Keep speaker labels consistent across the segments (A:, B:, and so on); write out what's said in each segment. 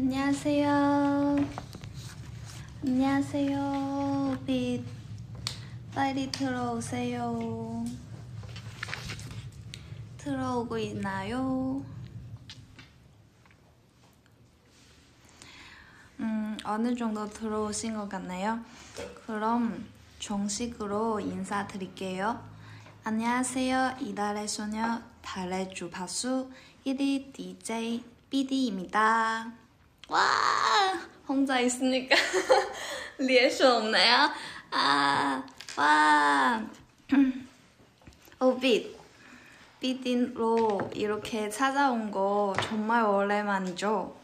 A: 안녕하세요. 안녕하세요. 빛. 빨리 들어오세요. 들어오고 있나요? 음, 어느 정도 들어오신 것 같나요? 그럼 정식으로 인사드릴게요. 안녕하세요. 이달의 소녀 달의 주파수 1위 DJ BD입니다. 와! 혼자 있으니까 리액션 없네요. 아, 와! 오빛 삐딘로 이렇게 찾아온 거 정말 오랜만이죠.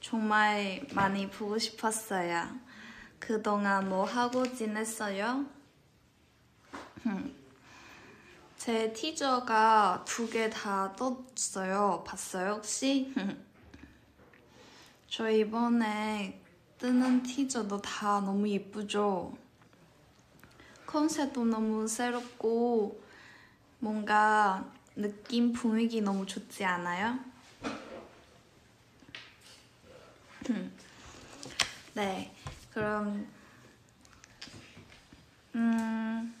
A: 정말 많이 보고 싶었어요. 그동안 뭐 하고 지냈어요? 흠. 제 티저가 두 개 다 떴어요. 봤어요 혹시? 저 이번에 뜨는 티저도 다 너무 예쁘죠? 컨셉도 너무 새롭고 뭔가 느낌 분위기 너무 좋지 않아요? 네, 그럼 음,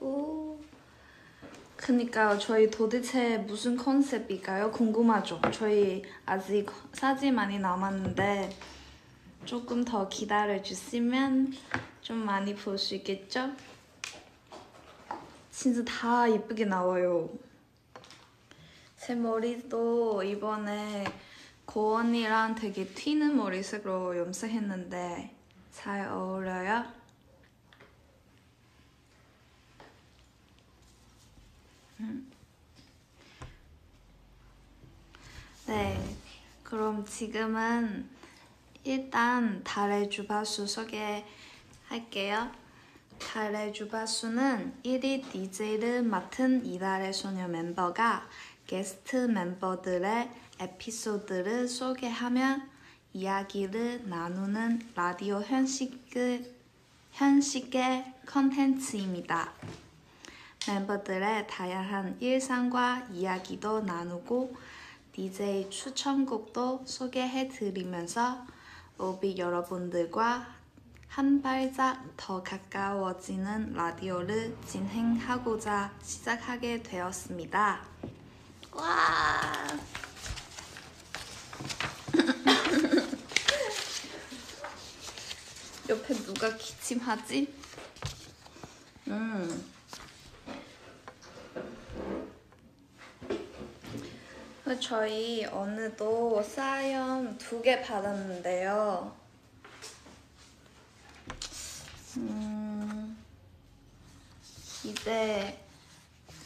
A: 오, 그니까 저희 도대체 무슨 컨셉일까요? 궁금하죠. 저희 아직 사진 많이 남았는데 조금 더 기다려 주시면 좀 많이 볼 수 있겠죠? 진짜 다 예쁘게 나와요. 제 머리도 이번에 고원이랑 되게 튀는 머리색으로 염색했는데 잘 어울려요? 음. 네, 그럼 지금은 일단 달의 주파수 소개할게요. 달의 주파수는 1위 DJ를 맡은 이달의 소녀 멤버가 게스트 멤버들의 에피소드를 소개하며 이야기를 나누는 라디오 현식을, 현식의 컨텐츠입니다. 멤버들의 다양한 일상과 이야기도 나누고 DJ 추천곡도 소개해 드리면서 오비 여러분들과 한 발짝 더 가까워지는 라디오를 진행하고자 시작하게 되었습니다. 와! 옆에 누가 기침하지? 음. 그 저희 오늘도 사연 두 개 받았는데요. 음, 이제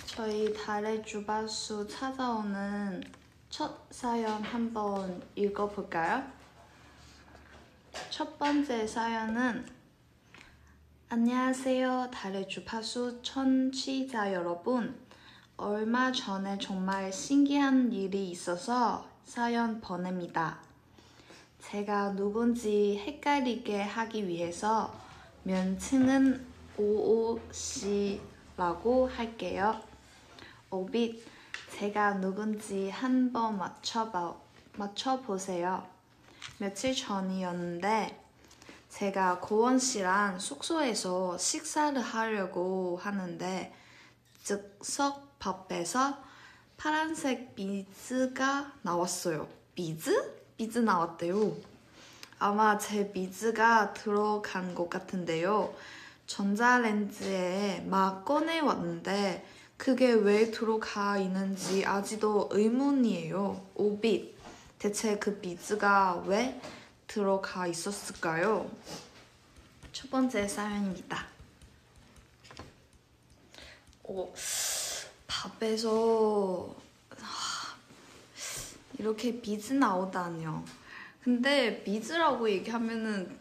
A: 저희 달의 주바수 찾아오는 첫 사연 한번 읽어볼까요? 첫 번째 사연은 안녕하세요. 달의 주파수 청취자 여러분. 얼마 전에 정말 신기한 일이 있어서 사연 보냅니다. 제가 누군지 헷갈리게 하기 위해서 면칭은 오오씨라고 할게요. 오빛, 제가 누군지 한번 맞춰봐, 맞춰보세요. 며칠 전이었는데, 제가 고원 씨랑 숙소에서 식사를 하려고 하는데, 즉석 밥에서 파란색 비즈가 나왔어요. 비즈? 비즈 나왔대요. 아마 제 비즈가 들어간 것 같은데요. 전자렌지에 막 꺼내왔는데 그게 왜 들어가 있는지 아직도 의문이에요. 오빛. 대체 그 비즈가 왜 들어가 있었을까요? 첫 번째 사연입니다. 오, 어, 밥에서 하, 이렇게 비즈 나오다니요. 근데 비즈라고 얘기하면은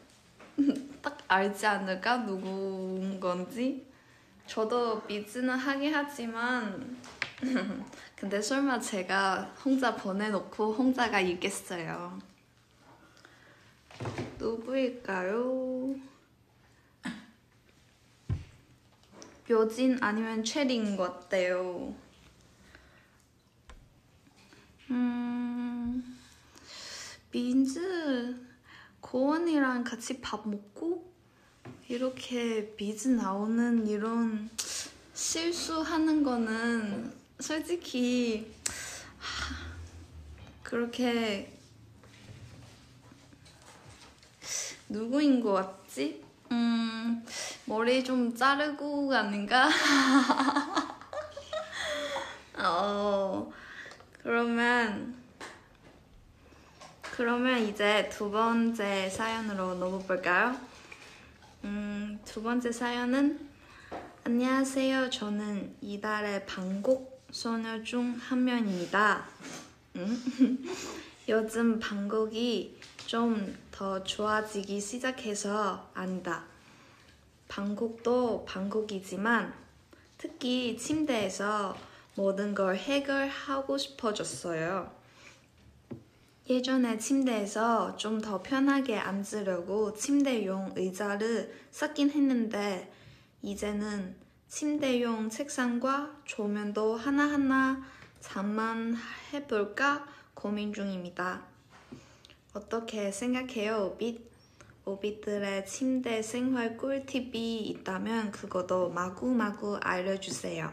A: 딱 알지 않을까? 누군 건지? 저도 비즈는 하긴 하지만 근데 설마 제가 혼자 보내놓고 혼자가 읽겠어요. 누구일까요? 묘진 아니면 체린 것 같아요. 음, 민즈 고원이랑 같이 밥 먹고 이렇게 미즈 나오는 이런 실수하는 거는 솔직히 하, 그렇게 누구인 것 같지? 음 머리 좀 자르고 아닌가? 어 그러면 그러면 이제 두 번째 사연으로 넘어볼까요? 음, 두 번째 사연은 안녕하세요. 저는 이달의 방곡 소녀 중 한 명입니다. 음, 요즘 방곡이 좀 더 좋아지기 시작해서 안다. 방곡도 방곡이지만 특히 침대에서 모든 걸 해결하고 싶어졌어요. 예전에 침대에서 좀 더 편하게 앉으려고 침대용 의자를 샀긴 했는데 이제는 침대용 책상과 조명도 하나하나 잠만 해볼까 고민 중입니다. 어떻게 생각해요, 오빛? 오빛들의 침대 생활 꿀팁이 있다면 그거도 마구마구 알려주세요.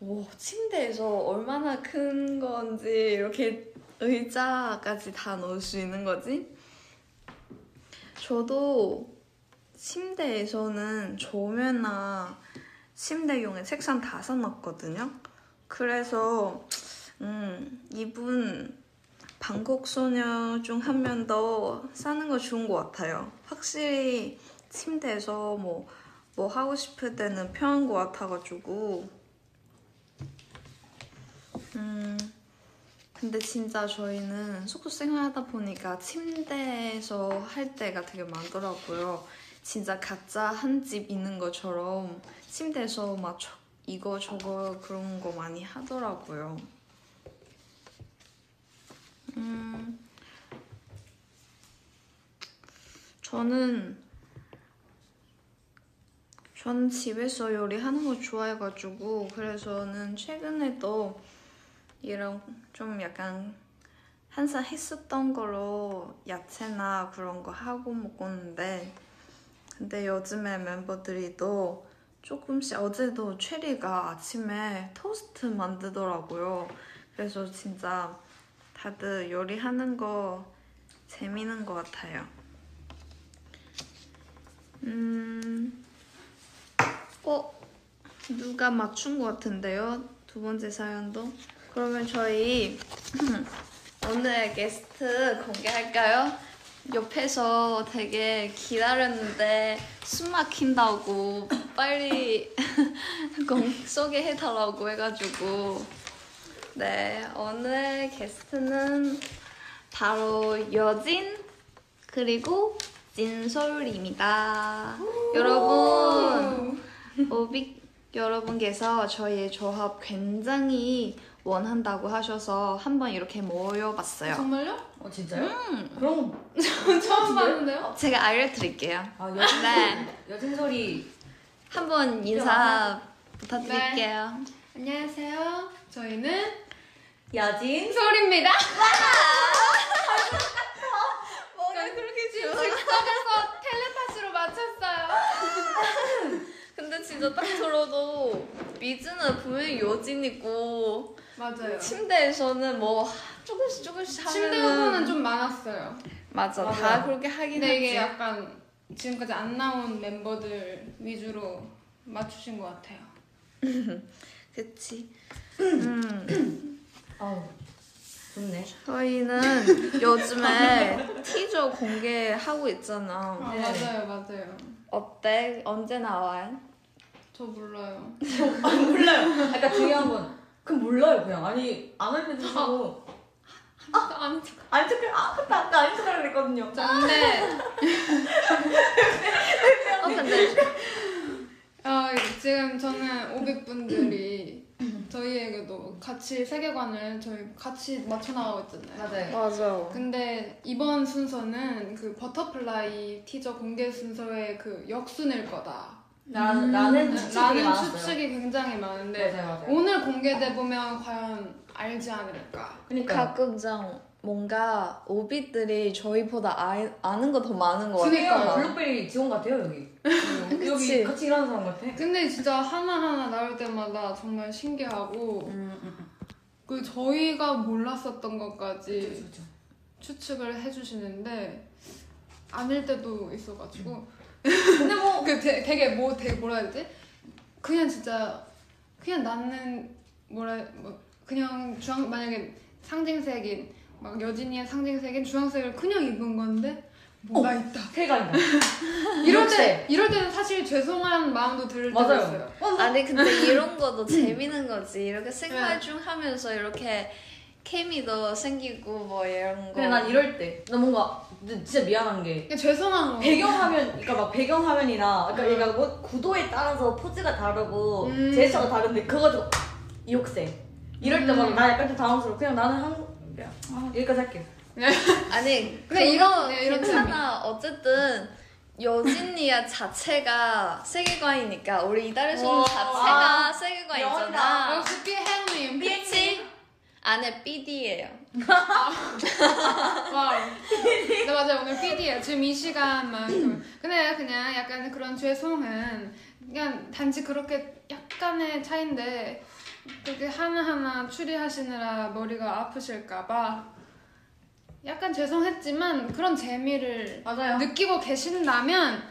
A: 오, 침대에서 얼마나 큰 건지 이렇게 의자까지 다 넣을 수 있는 거지? 저도 침대에서는 조명이나 침대용의 책상 다 사놨거든요. 그래서 음, 이분 방콕 소녀 중 한 명 더 사는 거 좋은 것 같아요. 확실히 침대에서 뭐, 뭐 하고 싶을 때는 편한 것 같아가지고 음, 근데 진짜 저희는 숙소 생활하다 보니까 침대에서 할 때가 되게 많더라고요. 진짜 각자 한 집 있는 것처럼 침대에서 막 저- 이거 저거 그런 거 많이 하더라고요. 음, 저는 저는 집에서 요리하는 거 좋아해가지고 그래서는 최근에도 이런 좀 약간 항상 했었던 거로 야채나 그런 거 하고 먹었는데 근데 요즘에 멤버들이 또 조금씩 어제도 최리가 아침에 토스트 만들더라고요. 그래서 진짜 다들 요리하는 거 재미있는 것 같아요. 음, 어 누가 맞춘 것 같은데요? 두 번째 사연도. 그러면 저희 오늘의 게스트 공개할까요? 옆에서 되게 기다렸는데 숨 막힌다고 빨리 공- 소개해달라고 해가지고 네 오늘 게스트는 바로 여진 그리고 진솔입니다. 여러분 오빅 여러분께서 저희의 조합 굉장히 원한다고 하셔서 한번 이렇게 모여봤어요.
B: 정말요? 음.
C: 어 진짜요? 그런 거
B: 처음 봤는데요?
A: 제가 알려드릴게요.
C: 아, 여진
A: 네.
C: 여진설이
A: 한번 인사 부탁드릴게요.
B: 안녕하세요. 저희는
C: 여진
B: 인솔입니다. 저희 그렇게 그러니까 지금 즉석에서 텔레파시로 맞췄어요.
A: 근데 진짜 딱 들어도 미즈는 분명히 요진 있고
B: 맞아요.
A: 침대에서는 뭐 조금씩 조금씩 하면은
B: 침대 후보는 좀 많았어요.
A: 맞아 다
C: 맞아요.
A: 그렇게 하긴
B: 근데 이게
A: 했지.
B: 약간 지금까지 안 나온 멤버들 위주로 맞추신 것 같아요.
A: 그치. 음.
C: 어 좋네
A: 저희는 요즘에 티저 공개하고 있잖아.
B: 아,
C: 네.
B: 맞아요, 맞아요.
A: 어때? 언제 나와요?
B: 저 몰라요.
C: 아 몰라요 그러니까 중요한 건 그럼 몰라요 그냥 아니 안 알려주시고
B: 안
C: 안 찍을 아 그때 아까 안 찍으려고 그랬거든요
B: 근데
A: 어, 근데
B: 아, 지금 저는 500분들이 저희에게도 같이 세계관을 저희 같이 맞춰 나가고 있잖아요.
C: 맞아요
A: 맞아.
B: 근데 이번 순서는 그 버터플라이 티저 공개 순서의 그 역순일 거다.
C: 음, 라- 라는 추측이
B: 라는
C: 많았어요 네.
B: 추측이 음, 굉장히 많은데
C: 맞아요 맞아요
B: 오늘 공개돼 보면 과연 알지 않을까.
C: 그러니까
A: 가끔장 뭔가 오빛들이 저희보다 아, 아는 거 더 많은 것
C: 그러니까
A: 같아요.
C: 블루베리 직원 같아요 여기. 음, 여기
A: 그치.
C: 같이 일하는 사람 같아.
B: 근데 진짜 하나하나 나올 때마다 정말 신기하고
C: 음,
B: 그 저희가 몰랐었던 것까지
C: 그쵸, 그쵸.
B: 추측을 해주시는데 아닐 때도 있어가지고
C: 근데 뭐
B: 그 되, 되게 뭐 되게 뭐라 해야 되지? 그냥 진짜 그냥 나는 뭐라 해- 뭐 그냥 주황 만약에 상징색인 막 여진이의 상징색인 주황색을 그냥 입은 건데 뭐가 있다
C: 쾌감이다.
B: 이럴
C: 역세.
B: 때 이럴 때는 사실 죄송한 마음도 들 때도 있어요.
C: 맞아요. 완전
A: 아니 근데 이런 거도 재밌는 거지. 이렇게 생활 중 하면서 이렇게 케미도 생기고 뭐 이런 거.
C: 근데 난 이럴 때, 나 뭔가 진짜 미안한 게
B: 그냥 죄송한 거.
C: 배경화면, 그러니까 막 배경화면이나, 그러니까, 그러니까 뭐 구도에 따라서 포즈가 다르고
B: 음.
C: 제스처가 다른데 그거 가지고 욕세. 이럴 때 막
B: 음.
C: 나 약간 좀 당황스러워. 그냥 나는 한 아, 여기까지 할게.
A: 아니
B: 근데
A: 근데 이런
B: 이런- 네, 이런
A: 괜찮아. 어쨌든 여진이야 자체가 세계관이니까 우리 이달의 소녀
B: 와.
A: 자체가 세계관이잖아.
C: 영원하다.
B: 역시 피해님
A: 그치? 안에 BD예요.
B: 와. 네 맞아요 오늘 PD예요 지금 이 시간만 좀. 근데 그냥 약간 그런 죄송은 그냥 단지 그렇게 약간의 차인데 그게 하나하나 추리하시느라 머리가 아프실까봐 약간 죄송했지만 그런 재미를
C: 맞아요.
B: 느끼고 계신다면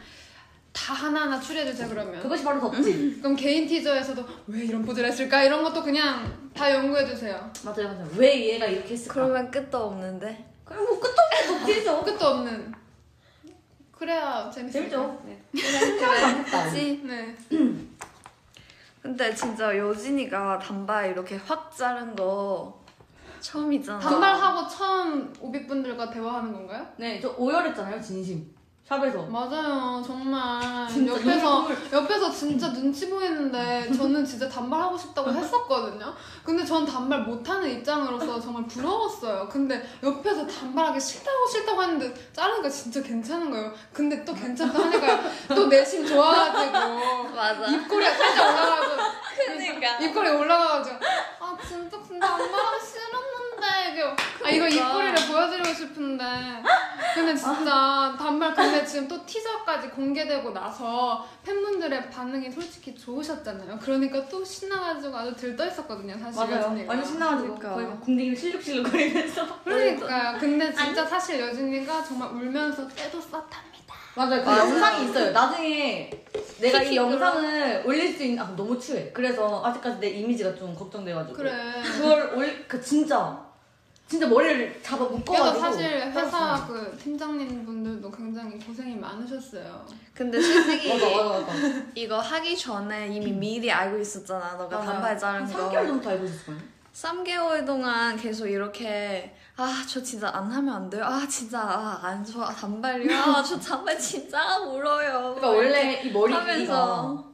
B: 다 하나하나 추리해주세요 그러면
C: 그것이 바로 덥지.
B: 그럼 개인 티저에서도 왜 이런 포즈를 했을까 이런 것도 그냥 다 연구해주세요
C: 맞아요, 맞아요. 왜 얘가 이렇게 했을까?
A: 그러면 끝도 없는데.
C: 그럼 뭐 끝도 없는 덥지죠.
B: 끝도 없는 그래야 재밌어요
C: 재밌죠?
B: 네.
C: 생각이 안 했다.
A: 그치?
B: 네.
A: 근데 진짜 여진이가 단발 이렇게 확 자른 거 처음이잖아.
B: 단발하고 그 처음 오빛분들과 대화하는 건가요?
C: 네, 저 오열했잖아요, 진심. 샵에서.
B: 맞아요, 정말.
C: 진짜
B: 옆에서,
C: 눈물
B: 옆에서 진짜 눈치 보이는데, 저는 진짜 단발하고 싶다고 했었거든요. 근데 전 단발 못하는 입장으로서 정말 부러웠어요. 근데 옆에서 단발하기 싫다고 싫다고 했는데, 자르니까 진짜 괜찮은 거예요. 근데 또 괜찮다 하니까 또 내심 좋아가지고,
A: 어, 맞아.
B: 입꼬리가 살짝 올라가고,
A: 그러니까.
B: 입꼬리 올라가가지고 아 진짜 근데 엄마랑 싫었는데 이게 아 이거
A: 그러니까.
B: 입꼬리를 보여드리고 싶은데 근데 진짜 단발 근데 지금 또 티저까지 공개되고 나서 팬분들의 반응이 솔직히 좋으셨잖아요 그러니까 또 신나가지고 아주 들떠 있었거든요 사실
C: 맞아요.
B: 여진이가.
C: 완전 신나가지고
A: 그러니까.
C: 거의 막 궁뎅이를 실룩실룩거리면서.
B: 그러니까요 근데 진짜 사실 여진이가 정말 울면서 때도 썼답니다
C: 맞아요. 그
A: 맞아요.
C: 영상이 있어요. 나중에 내가 이
A: 키키그룹.
C: 영상을 올릴 수 있는 아 너무 추해. 그래서 아직까지 내 이미지가 좀 걱정돼가지고.
B: 그래
C: 그걸 올그 진짜 진짜 머리를 잡아
B: 그래서
C: 묶어가지고.
B: 사실 회사
C: 떨었어요.
B: 그 팀장님 분들도 굉장히 고생이 많으셨어요
A: 근데
C: 맞아
A: 솔직히
C: 맞아 맞아.
A: 이거 하기 전에 이미 미리 알고 있었잖아. 너가
C: 맞아요.
A: 단발 자른
C: 그 한
A: 거.
C: 3개월 전부터 알고 있었어요.
A: 3개월 동안 계속 이렇게 아 저 진짜 안 하면 안 돼요. 아 진짜 아, 안 좋아 단발이요. 아저 단발 진짜 울어요.
C: 그러니까 원래 이 머리
A: 하면서.
C: 길이가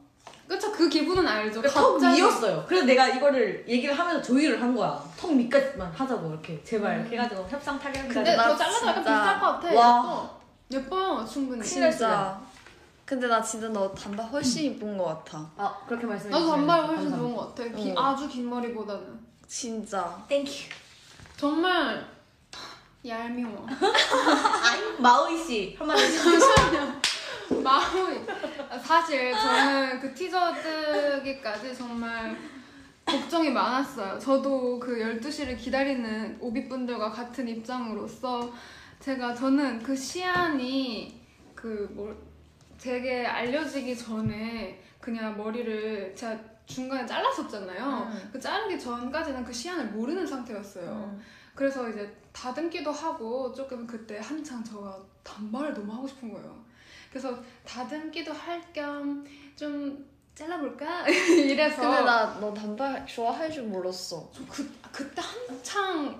B: 그쵸 그 기분은 알죠
C: 그러니까 턱
B: 갑자기
C: 위였어요. 그래서 내가 이거를 얘기를 하면서 조율을 한 거야. 턱 밑까지만 하자고 이렇게 제발 이렇게 해가지고 협상 타결까지.
B: 음. 근데
A: 나
B: 저 잘라서 약간
A: 진짜-
B: 비슷할 것 같아.
C: 그러니까 와.
B: 예뻐. 예뻐요, 충분히.
A: 진짜 근데 나 진짜 너 단발 훨씬 이쁜 것 같아.
C: 아 그렇게 말씀해.
B: 나도
C: 주시면
B: 단발 훨씬
C: 감사합니다.
B: 좋은 것 같아. 비,
A: 응.
B: 아주 긴 머리보다는.
A: 진짜
C: 땡큐.
B: 정말 얄미워.
C: 아이 마오이 씨 한마디.
B: 잠시만요. 마음이. 사실 저는 그 티저 뜨기까지 정말 걱정이 많았어요. 저도 그 12시를 기다리는 오비분들과 같은 입장으로서 제가 저는 그 시안이 그뭐 제게 알려지기 전에 그냥 머리를 제가 중간에 잘랐었잖아요.
A: 음.
B: 그 자르기 전까지는 그 시안을 모르는 상태였어요.
C: 음.
B: 그래서 이제 다듬기도 하고 조금 그때 한창 제가 단발을 너무 하고 싶은 거예요. 그래서 다듬기도 할 겸 좀 잘라볼까 이래서
A: 근데 나 너 단발 좋아할 줄 몰랐어.
B: 저 그, 그때 한창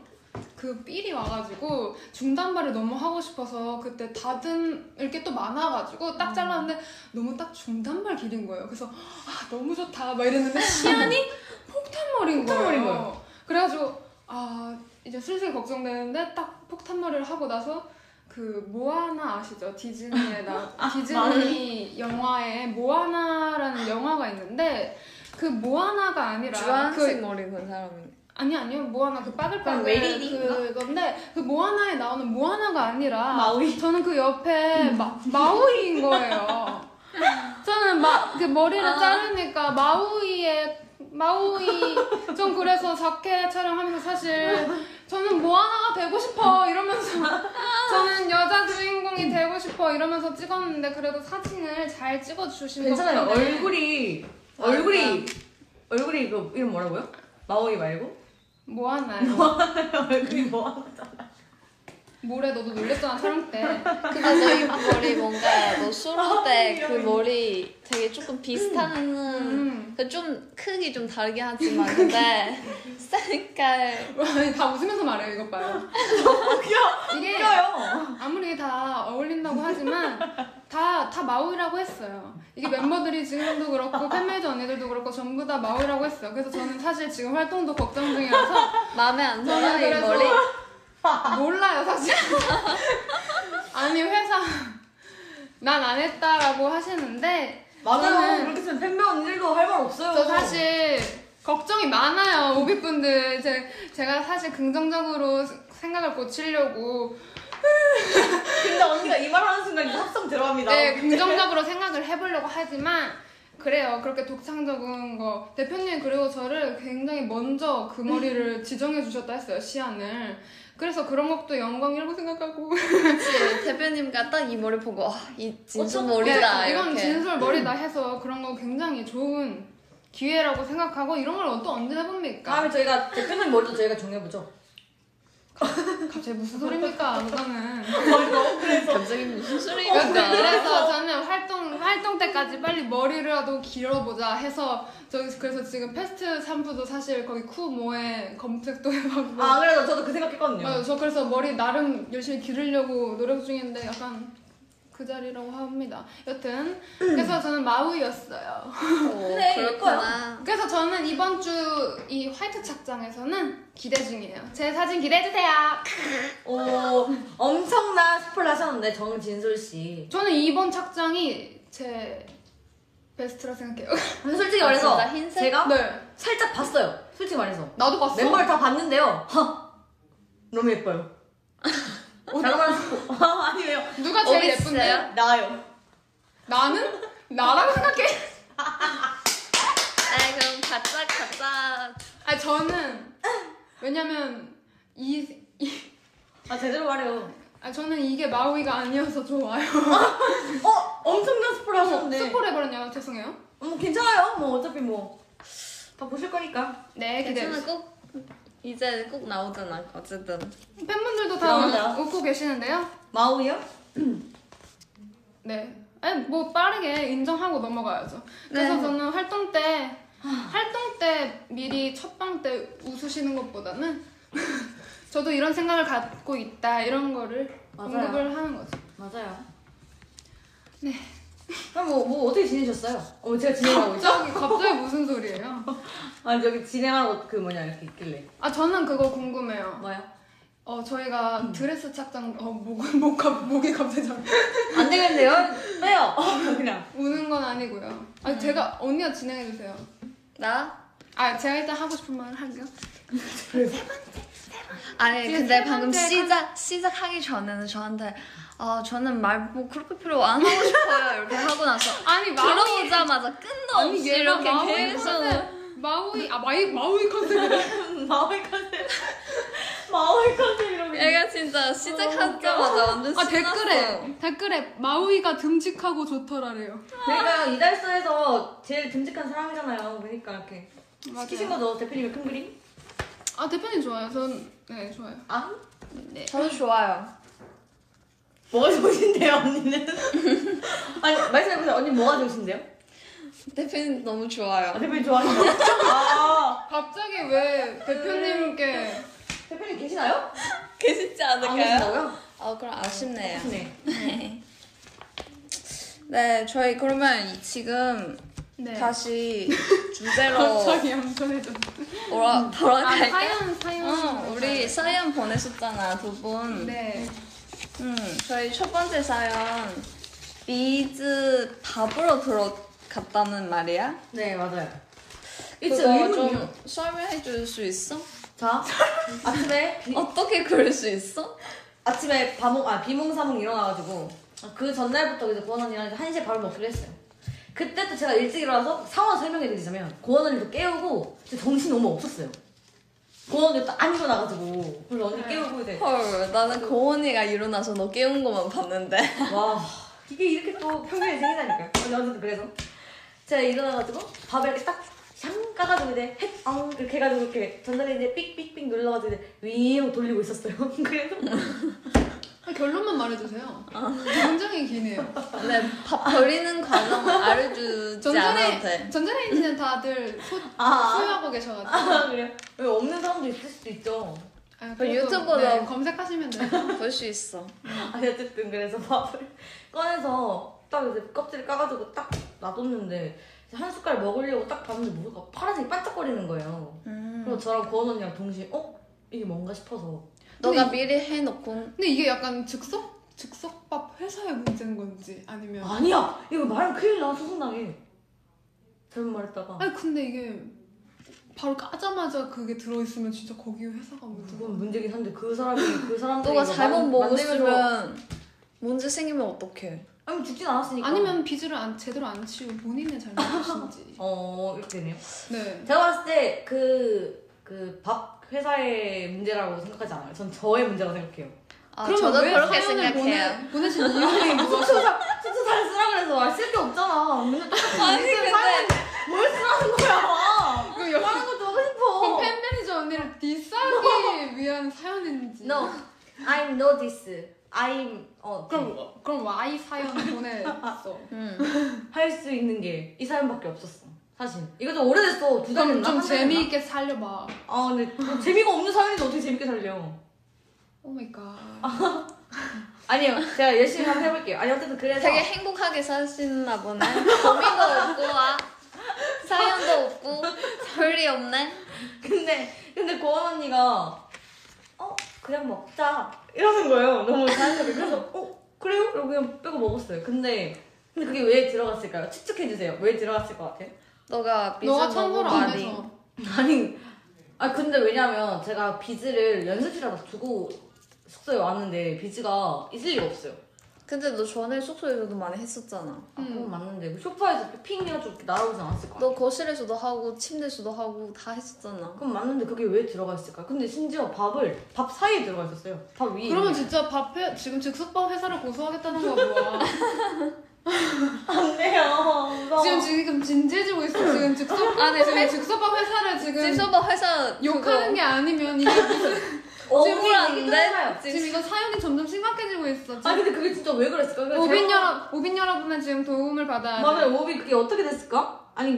B: 그 삘이 와가지고 중단발을 너무 하고 싶어서 그때 다듬 이렇게 또 많아가지고
C: 음.
B: 딱 잘랐는데 너무 딱 중단발 길인 거예요. 그래서 아 너무 좋다 막 이랬는데 시안이 폭탄머리인 거예요.
C: 폭탄머리인 거예요.
B: 그래가지고 아 이제 슬슬 걱정되는데 딱 폭탄머리를 하고 나서 그 모아나 아시죠? 디즈니에 나 디즈니 영화에 모아나라는 영화가 있는데 그 모아나가 아니라
A: 주황색
B: 그
A: 머리 건 사람은
B: 아니 아니요 모아나 그 빠들빠들
C: 그럼 메리디인가?
B: 그건데 그 모아나에 나오는 모아나가 아니라
C: 마오이. 음.
B: 저는 그 옆에 마, 마우이인 거예요. 저는 마, 그 머리를
C: 아.
B: 자르니까 마우이에 마우이 좀 그래서 자켓 촬영하면서 사실 저는 모아나가 되고 싶어 이러면서 저는 여자 주인공이 되고 싶어 이러면서 찍었는데 그래도 사진을 잘 찍어주신
C: 괜찮아요.
B: 덕분에
C: 얼굴이 얼굴이 얼굴이 그 이거 이름 뭐라고요? 마오이 말고 뭐?
B: 모아나요.
C: 얼굴이 뭐?
B: 모레 너도 놀랬잖아 촬영 때.
A: 근데 그러니까 너 이 머리 뭔가 너 수로 때 그 머리 되게 조금 비슷한
B: 음.
A: 그좀 크기 좀 다르긴 하지만 근데 색깔
B: 다 웃으면서 말해요 이것 봐요. 이게
C: 웃겨요.
B: 아무리 다 어울린다고 하지만 다, 다 마오이라고 했어요. 이게 멤버들이 지금도 그렇고 팬메이저 언니들도 그렇고 전부 다 마오이라고 했어요. 그래서 저는 사실 지금 활동도 걱정 중이라서
A: 마음에 안 들어
B: 저는
A: 이
B: 그래서
A: 머리
B: 몰라요 사실. 아니 회사 난 안 했다라고 하시는데
C: 맞아요.
B: 저는-
C: 그렇게 쓰면 팬배 언니들도 할 말 없어요.
B: 저 사실 걱정이 많아요 오빛분들 제, 제가 사실 긍정적으로 생각을 고치려고
C: 근데 언니가 이 말 하는 순간 이제 합성 들어갑니다.
B: 네, 긍정적으로 생각을 해보려고 하지만 그래요. 그렇게 독창적인 거 대표님 그리고 저를 굉장히 먼저 그 머리를 지정해 주셨다 했어요 시안을. 그래서 그런 것도 영광이라고 생각하고.
A: 그치 대표님과 딱 이 머리 보고 아, 이 진짜
C: 어쩜-
A: 머리다
B: 네, 이건
A: 이렇게 음.
B: 진솔 머리다 해서 그런 거 굉장히 좋은 기회라고 생각하고 이런 걸 또 언제
A: 아.
B: 해봅니까?
C: 그 다음에 저희가 대표님 머리도 저희가 정해보죠.
B: 갑자기 무슨 소리입니까? 그거는.
A: 갑자기 무슨
B: 그러니까
A: 소리인가
B: 그래서 저는 활동 활동 때까지 빨리 머리라도 길어보자 해서 저 그래서 지금 패스트 샴푸도 사실 거기 쿠모에 검색도 해봤고
C: 아 그래서 저도 그 생각했거든요.
B: 맞아요. 저 그래서 머리 나름 열심히 기르려고 노력 중인데 약간 그 자리라고 합니다. 여튼 그래서 저는 마우이였어요.
A: 오,
C: 네,
A: 그렇구나
B: 그래서 저는 이번 주 이 화이트 착장에서는 기대 중이에요. 제 사진 기대해 주세요.
C: 오 어, 엄청난 스포를 하셨는데 정진솔 씨.
B: 저는 이번 착장이 제 베스트라 생각해요.
C: 근데 솔직히
A: 아,
C: 말해서
A: 진짜 흰색?
C: 제가
B: 네.
C: 살짝 봤어요. 솔직히 말해서
B: 나도 봤어.
C: 멤버를 다 봤는데요. 허! 너무 예뻐요. 잠깐만 스포. 아, 아니에요.
B: 누가 제일
A: 어디 있어요?
B: 예쁜데요?
C: 나요.
B: 나는 나라고 생각해.
A: 아 그럼 가짜 가짜
B: 아 저는 왜냐면 이, 이
C: 아 제대로 말해요.
B: 아, 저는 이게 마우이가 아니어서 좋아요.
C: 어 엄청난 스포를 하셨는데.
B: 스포를 해버렸냐 죄송해요.
C: 음, 괜찮아요. 뭐 어차피 뭐 다 보실 거니까.
B: 네, 기대해
A: 괜찮아
B: 주세요.
A: 꼭 이제 꼭 나오잖아 어쨌든
B: 팬분들도 다
C: 나온다.
B: 웃고 계시는데요.
C: 마우요?
B: 네. 아니, 뭐 빠르게 인정하고 넘어가야죠. 그래서
A: 네.
B: 저는 활동 때 활동 때 미리 첫방 때 웃으시는 것보다는 저도 이런 생각을 갖고 있다 이런 거를
C: 맞아요.
B: 공급을 하는 거죠.
C: 맞아요.
B: 네.
C: 그럼 뭐, 뭐 어떻게 지내셨어요? 어 제가 지내고 있죠.
B: 갑자기 갑자기 무슨 소리예요?
C: 아 저기 진행하고 그 뭐냐 이렇게 있길래.
B: 아 저는 그거 궁금해요.
C: 뭐요?
B: 어 저희가 드레스 착장 어목목 목이 갑자기 잠-
C: 안 되겠는데요? 빼요. 그냥.
B: 우는 건 아니고요. 아 제가 언니가 진행해 주세요.
A: 나?
B: 아 제가 일단 하고 싶은 말을 할게요.
A: 아니
B: 지금
A: 근데
B: 세
A: 방금
B: 번째
A: 시작 시작하기 전에는 저한테 아 저는 말 뭐 그렇게 필요 안 하고 싶어요 이렇게 하고 나서
B: 아니 마우이
A: 들어오자마자
B: 아니
A: 끝없이
B: 얘가
A: 이렇게
B: 마우이
A: 계속
B: 컨셉, 마우이 아 마이 마우이 컨셉이래.
C: 마오이 컨셉. 마오이 컨셉 이러고.
A: 얘가 진짜 시작하자마자 완전
B: 아
A: 신났어.
B: 댓글에 댓글에 마우이가 듬직하고 좋더라래요.
C: 내가 이달서에서 제일 듬직한 사람이잖아요. 그러니까 이렇게
B: 맞아요.
C: 시키신 거죠 대표님의 큰 그림?
B: 아 대표님 좋아요. 전 네 좋아요.
C: 아?
B: 네.
A: 저도 좋아요
C: 뭐가 좋으신데요 언니는? 아니 말씀해보세요 언니 뭐가 좋으신데요?
A: 대표님 너무 좋아요
C: 대표님 좋아하시나요? 아
B: 갑자기 왜 대표님께
C: 대표님 계시나요?
A: 계시지
C: 안
A: 않을까요?
C: 계신다고요?
A: 아 그럼 아쉽네요
C: 네.
A: 네 저희 그러면 이- 지금
B: 네.
A: 다시 주제로
B: 갑자기 얌전해졌어.
A: 돌아,
B: 아
A: 돌아갈까요?
B: 사연 사연.
A: 어, 우리 사연 보내셨잖아 두분
B: 네.
A: 음, 저희 첫 번째 사연 비즈 밥으로 들어갔다는 말이야?
C: 네 맞아요. 일단
A: 그거
C: 의문이요.
A: 좀 설명해 줄 수 있어?
C: 자, 아침에 비,
A: 어떻게 그럴 수 있어?
C: 아침에 밤, 아, 비몽사몽 일어나가지고 그 전날부터 이제 고원 언니랑 이제 1시에 밥을 먹기로 했어요. 그때 또 제가 일찍 일어나서 상황 설명해 드리자면 고원 언니도 깨우고 진짜 정신이 너무 없었어요. 고원 언니도 안 네. 일어나가지고 그래서 언니 깨우고 이제
A: 헐, 나는 고은이가 일어나서 너 깨운 것만 봤는데.
C: 와 이게 이렇게 또 평균이 생긴다니까요 근데 어쨌든 그래서 제가 일어나가지고 밥을 이렇게 딱샹 까가지고 이제 햇엉 이렇게 해가지고 이렇게 전자레인지에 삑삑삑 눌러가지고 이제 윙 돌리고 있었어요 그래서
B: 아, 결론만 말해주세요.
A: 아.
B: 굉장히 기네요.
A: 근데 밥 버리는 과정을 알려주지 않아도 돼.
B: 전자레 전자레인지는 다들 소,
C: 아.
B: 소유하고 계셔가지고.
C: 아 그래요? 왜 없는 사람도 있을 수도 있죠
B: 아,
A: 그
B: 그래도,
A: 유튜브로
B: 네, 검색하시면 돼요.
A: 볼 수 있어.
C: 아니 어쨌든 그래서 밥을 꺼내서 딱 이제 껍질을 까가지고 딱 놔뒀는데 이제 한 숟갈 먹으려고 딱 봤는데 뭐가 파란색이 반짝거리는 거예요
A: 음.
C: 그래서 저랑 고원 언니랑 동시에 어? 이게 뭔가 싶어서
A: 너가 미리 해놓고
B: 근데 이게 약간 즉석 즉석밥 회사의 문제인 건지 아니면
C: 아니야! 이거 말하면 큰일 나, 소송당해. 잘못 말했다가.
B: 아니 근데 이게 바로 까자마자 그게 들어있으면 진짜 거기 회사가 뭐 문제인
A: 음.
C: 그건 문제긴 한데, 그 사람이, 그 사람들이.
A: 너가
C: 이거
A: 잘못
C: 만- 만들면서-
A: 먹었으면 문제 생기면 어떡해.
C: 아니, 죽진
A: 그러니까.
C: 않았으니까.
B: 아니면 빚을 안, 제대로 안 치고 본인의 잘못이신지
C: 어, 이렇게 되네요.
B: 네
C: 제가 봤을 때, 그, 그, 밥 회사의 문제라고 생각하지 않아요. 전 저의 문제라고 생각해요.
A: 아,
B: 그러면
A: 저도
B: 왜
A: 그렇게
B: 사연을
A: 생각해요.
B: 보내, 보내신 이유는 무엇이죠?
C: 진짜, 진짜 잘 쓰라 그래서. 아, 쓸게 없잖아. 맨날 똑같은
A: 아니
C: 인생
A: 근데
C: 사는- 뭘 쓰라는 거야!
B: 그럼 여-
C: 하는 것도 하고
B: 그럼
C: 싶어!
B: 팬 매니저 언니를 디스하기 위한 사연인지
C: No, I'm no this. I'm, 어,
B: 그럼 그럼 Y 사연 보냈어
A: 음.
C: 할 수 있는 게 이 사연밖에 없었어. 사실. 이거 좀 오래됐어. 두
B: 그럼
C: 달이나.
B: 좀
C: 한 달이나.
B: 재미있게 살려봐
C: 아, 근데 좀 재미가 없는 사연인데 어떻게 재밌게 살려.
B: Oh 오마이갓
C: 아, 아니요. 제가 열심히 한번 해볼게요. 아니, 어쨌든 그래서.
A: 되게 행복하게 사시나 보네. 고민도 없고 와. 사연도 없고 별일 없네.
C: 근데, 근데 고원 언니가, 어, 그냥 먹자. 이러는 거예요. 너무 자연스럽게. 그래서, 어, 그래요? 그리고 그냥 빼고 먹었어요. 근데, 근데 그게 왜 들어갔을까요? 추측해주세요. 왜 들어갔을 것 같아?
A: 너가 비자
B: 너가 청소를 안
A: 먹으러
B: 해서
C: 아니, 아 근데 왜냐면 제가 비즈를 연습실에다 두고 숙소에 왔는데 비즈가 있을 리가 없어요.
A: 근데 너 전에 숙소에서도 많이 했었잖아.
C: 아, 네.
B: 음.
C: 그건 맞는데 그 소파에서 핑 해가지고 이렇게 날아오진 않았을 거야.
A: 너 거실에서도 하고 침대에서도 하고 다 했었잖아.
C: 그건 맞는데 그게 왜 들어가 있을까? 근데 심지어 밥을 밥 사이에 들어가 있었어요. 밥 위에.
B: 그러면 진짜 밥 회, 지금 즉석밥 회사를 고소하겠다는 거야 뭐야
C: 안 돼요. 무서워.
B: 지금 지금 진지해지고 있어 지금 즉석
C: 네,
A: 아니,
B: 지금 즉석밥 회사를 지금
A: 집서봐 회사
B: 욕하는 게 아니면 이게
C: 어,
A: 지금
C: 억울한데?
A: 사요.
B: 지금 이거 사연이 점점 심각해지고 있어. 지금
C: 아 근데 그게 진짜 왜 그랬을까? 그러니까
B: 오빈
C: 제가-
B: 여러 오빈 여러분은 지금 도움을 받아야 돼.
C: 맞아요. 오빈 그게 어떻게 됐을까? 아니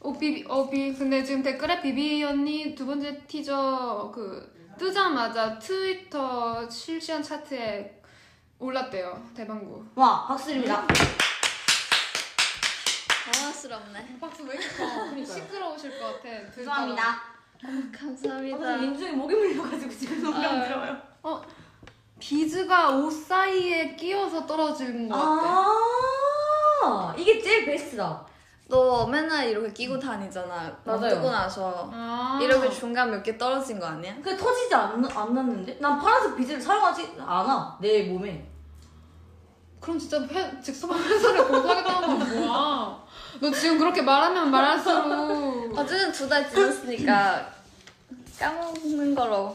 B: 어, 오비 오비 근데 지금 댓글에 비비 언니 두 번째 티저 그 뜨자마자 트위터 실시간 차트에 올랐대요 대방구.
C: 와 박수입니다.
B: 어,
A: 당황스럽네.
B: 박수 왜 이렇게 커? 시끄러우실 것 같아. 들다가.
C: 죄송합니다. 아,
A: 감사합니다.
C: 선생님, 민준이 목이 물려가지고 지금 너무 안
B: 어, 아.
C: 들어요.
B: 어 비즈가 옷 사이에 끼어서 떨어진 것 같아.
C: 아 이게 제일 베스트다.
A: 너 맨날 이렇게 끼고 다니잖아.
C: 맞아요.
A: 뜨고 나서
B: 아.
A: 이렇게 중간 몇 개 떨어진 거 아니야?
C: 그 터지지 않, 않았는데? 난 파란색 비즈를 사용하지 않아. 내 몸에.
B: 그럼 진짜 회, 직소방 회사를 고소하겠다는 건 뭐야? 너 지금 그렇게 말하면 말할수록
A: 어쨌든 두 달 지났으니까 까먹는 거로.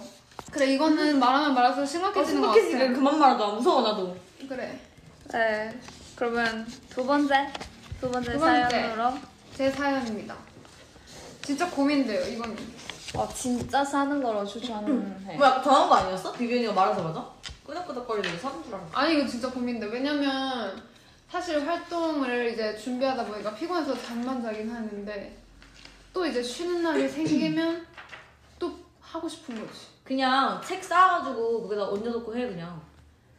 B: 그래 이거는 말하면 말할수록 심각해지는 것
C: 심각해지니까
B: 같아.
C: 그만 말하자. 무서워, 나도.
B: 그래.
A: 네. 그러면 두 번째 두 번째
B: 두 번째.
A: 사연으로.
B: 제 사연입니다. 진짜 고민돼요 이거는.
A: 어 진짜 사는 거로
B: 음.
A: 추천해.
C: 뭐야, 정한 거 아니었어? 비비언니가 말하자마자? 끄덕끄덕거리는 사는 줄 알았어.
B: 아니 이거 진짜 고민돼. 왜냐면 사실 활동을 이제 준비하다 보니까 피곤해서 잠만 자긴 하는데 또 이제 쉬는 날이 생기면 또 하고 싶은 거지.
C: 그냥 책 쌓아가지고 거기다 얹어놓고 해, 그냥.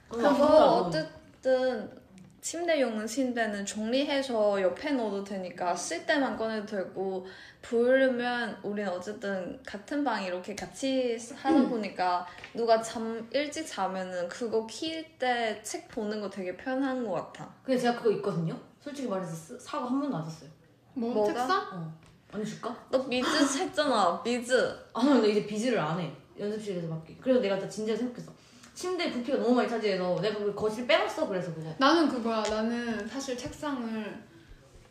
B: 뭐 어,
A: 그거 어쨌든 침대용은 침대는 정리해서 옆에 넣어도 되니까 쓸 때만 꺼내도 되고 부르면 우린 어쨌든 같은 방 이렇게 같이 하다 보니까 누가 잠 일찍 자면은 그거 킬 때 책 보는 거 되게 편한 것 같아.
C: 근데 제가 그거 있거든요? 솔직히 말해서 쓰- 사고 한 번도 안 썼어요.
B: 뭐
A: 뭐가?
B: 책상?
C: 어. 언니 줄까?
A: 너 미즈 했잖아 미즈
C: 아, 나 이제 비즈를 안 해. 연습실에서 밖에. 그래서 내가 진짜 진지하게 생각했어. 침대 부피가 너무 많이 차지해서 내가 그 거실 빼놨어. 그래서 그거.
B: 나는 그거야. 나는 사실 책상을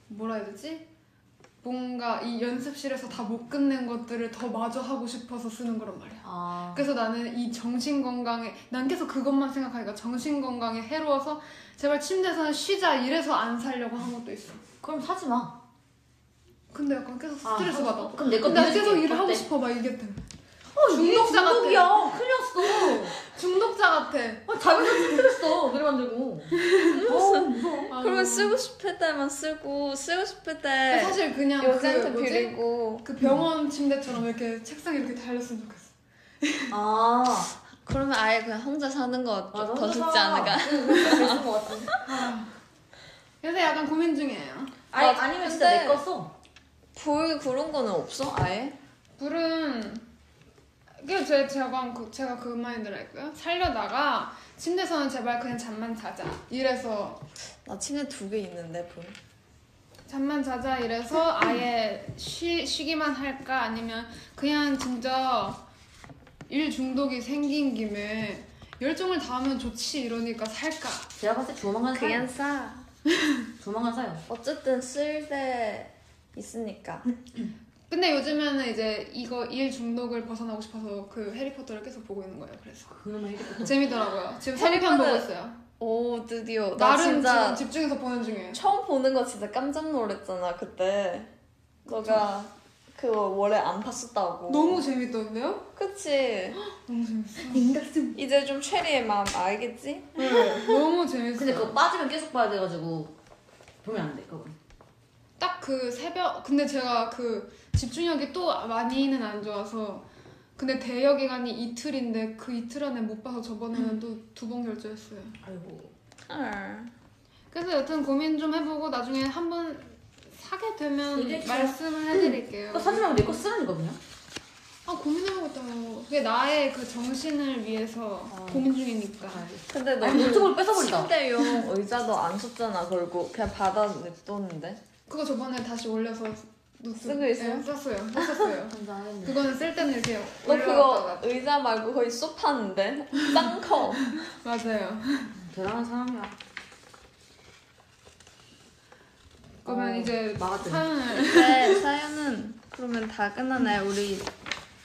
B: 뭐라 해야 되지? 뭔가 이 연습실에서 다 못 끝낸 것들을 더 마저 하고 싶어서 쓰는 거란 말이야.
C: 아.
B: 그래서 나는 이 정신 건강에 난 계속 그것만 생각하니까 정신 건강에 해로워서 제발 침대에서는 쉬자 이래서 안 살려고 한 것도 있어.
C: 그럼 사지 마.
B: 근데 약간 계속 스트레스
C: 하고
B: 받아.
C: 싶어? 그럼 내거
B: 근데 난 계속 일을 하고 싶어 막 이게 때문에.
C: 어,
B: 중독자 같아.
C: 중독이야. 큰일 났어.
B: 중독자 같아.
C: 어, 자기가 힘들었어. 노래 만들고. 어, 무서워.
B: 아,
A: 그러면 쓰고 싶을 때만 쓰고 쓰고 싶을 때
B: 사실 그냥 그
A: 네. 요새한테
B: 뭐지?
A: 빌리고
B: 그 병원 침대처럼 이렇게 책상 이렇게 달렸으면 좋겠어.
C: 아.
A: 그러면 아예 그냥 혼자 사는 거
C: 맞아,
A: 더
C: 혼자
A: 좋지
C: 살아.
A: 않을까?
C: 응, 혼자 사는 것 같아.
B: 그래서 약간 고민 중이에요.
C: 아니,
A: 맞아, 근데-
C: 아니면 진짜 내 거 써.
A: 불 그런 거는 없어? 아예?
B: 불은 그게 제 제가 그- 제가 그 마인드를 했고요. 살려다가 침대에서는 제발 그냥 잠만 자자. 이래서
A: 나 침대 두 개 있는데 불.
B: 잠만 자자 이래서 아예 쉬, 쉬기만 할까 아니면 그냥 진짜 일 중독이 생긴 김에 열정을 다하면 좋지 이러니까 살까
C: 제가 봤을 때 조만간
A: 그냥
C: 사요.
A: 싸.
C: 조만간 사요.
A: 어쨌든 쓸 때 있으니까.
B: 근데 요즘에는 이제 이거 일 중독을 벗어나고 싶어서 그 해리포터를 계속 보고 있는 거예요 그래서
C: 그놈의 해리포터.
B: 재미더라고요 지금 3편 보고 있어요
A: 오 드디어 나
B: 나름
A: 진짜
B: 지금 집중해서 보는 중이에요
A: 처음 보는 거 진짜 깜짝 놀랐잖아 그때. 너가 그거 원래 안 봤었다고.
B: 너무 재밌던데요?
A: 그치.
B: 너무 재밌어
A: 이제 좀 체리의 마음 알겠지?
B: 네, 너무 재밌어
C: 근데 그거 빠지면 계속 봐야 돼가지고 보면 안 돼, 그거.
B: 딱 그 새벽 근데 제가 그 집중력이 또 많이는 안 좋아서 근데 대여 기간이 이틀인데 그 이틀 안에 못 봐서
A: 음.
B: 저번에는 또 두 번 결제했어요.
C: 아이고.
A: 헐.
B: 그래서 여튼 고민 좀 해보고 나중에 한번 사게 되면
C: 이게 진짜-
A: 음.
B: 말씀을 해드릴게요.
C: 그거 사지 말고 내 거 쓰라는 거거든요?
B: 아 고민해보겠다고. 그게 나의 그 정신을 위해서
A: 어.
C: 아.
B: 고민 중이니까.
A: 근데
C: 아니,
A: 너무
C: 노트북을 뺏어버린다.
A: 침대용 의자도 안 썼잖아 결국 그냥 받아 냅뒀는데.
B: 그거 저번에 다시 올려서 노트
A: 쓰고 있어요?
B: 네, 썼어요. 썼었어요.
C: 감사합니다.
B: 그거는 쓸 때는 이렇게
A: 너
B: 올려놨다가
A: 그거 의자 말고 거의 소파인데 땅커
B: 맞아요.
C: 대단한 사람이야.
B: 그러면
C: 어,
B: 이제
C: 막았더니.
B: 사연을
A: 네 사연은 그러면 다근하네 우리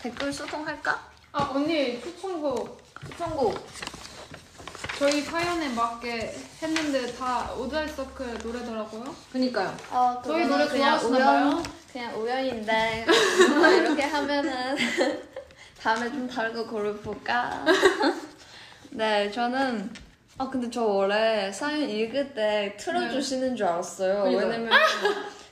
A: 댓글 소통할까?
B: 아 언니 추천곡
C: 추천곡.
B: 저희 사연에 맞게 했는데 다 오드아이서클 노래더라고요
C: 그니까요.
A: 어
B: 저희 노래 좋아하시나봐요?
A: 우연 그냥 우연인데 뭔가 이렇게 하면은 다음에 좀 다른 거 고를까? 네 저는 아 근데 저 원래 사연 읽을 때 틀어주시는 줄 알았어요
C: 그러니까요.
A: 왜냐면
B: 아!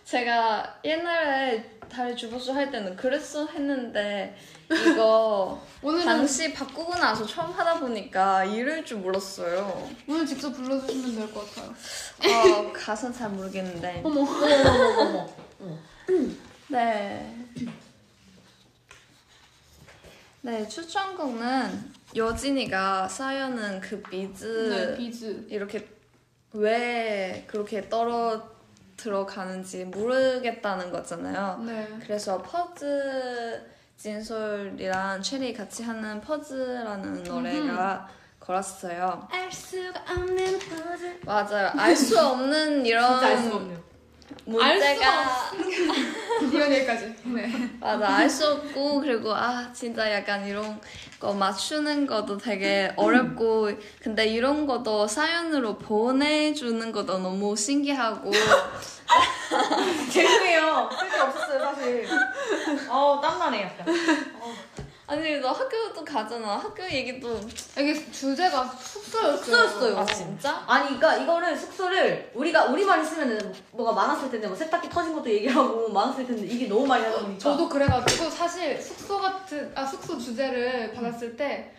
A: 제가 옛날에 다리 주부수 할 때는 그랬어 했는데 이거
B: 오늘은
A: 당시 바꾸고 나서 처음 하다 보니까 이럴 줄 몰랐어요.
B: 오늘 직접 불러주시면 될 것 같아요
A: 어, 가사 잘 모르겠는데.
B: 어머
C: 어머머머머.
A: 네. 네, 추천곡은 여진이가 사연은 그
B: 네
A: 미즈
B: 비즈
A: 이렇게 왜 그렇게 떨어 들어가는지 모르겠다는 거잖아요.
B: 네
A: 그래서 퍼즈 진솔이랑 체리 같이 하는 퍼즈라는 노래가 걸었어요.
B: 알 수가 없는 버즈
A: 맞아요. 알 수 없는
C: 진짜 알 수가
A: 이런
C: 없네요.
A: 문제가
B: 이건 여기까지 네
A: 맞아 알 수 없고 그리고 아 진짜 약간 이런 거 맞추는 것도 되게 어렵고 근데 이런 것도 사연으로 보내주는 것도 너무 신기하고
C: 죄송해요. 쓸데 없었어요, 사실. 어우, 땀나네, 약간. 어우.
A: 아니 너 학교도 가잖아 학교 얘기도
B: 이게 주제가 숙소였어요
C: 숙소였어요.
A: 아 진짜?
C: 아니, 그러니까 이거를 숙소를 우리가 우리만 있으면은 뭐가 많았을 텐데 뭐 세탁기 터진 것도 얘기하고 많았을 텐데 이게 너무 많이 하다 보니까
B: 저도 그래가지고 사실 숙소 같은 아 숙소 주제를 받았을 때.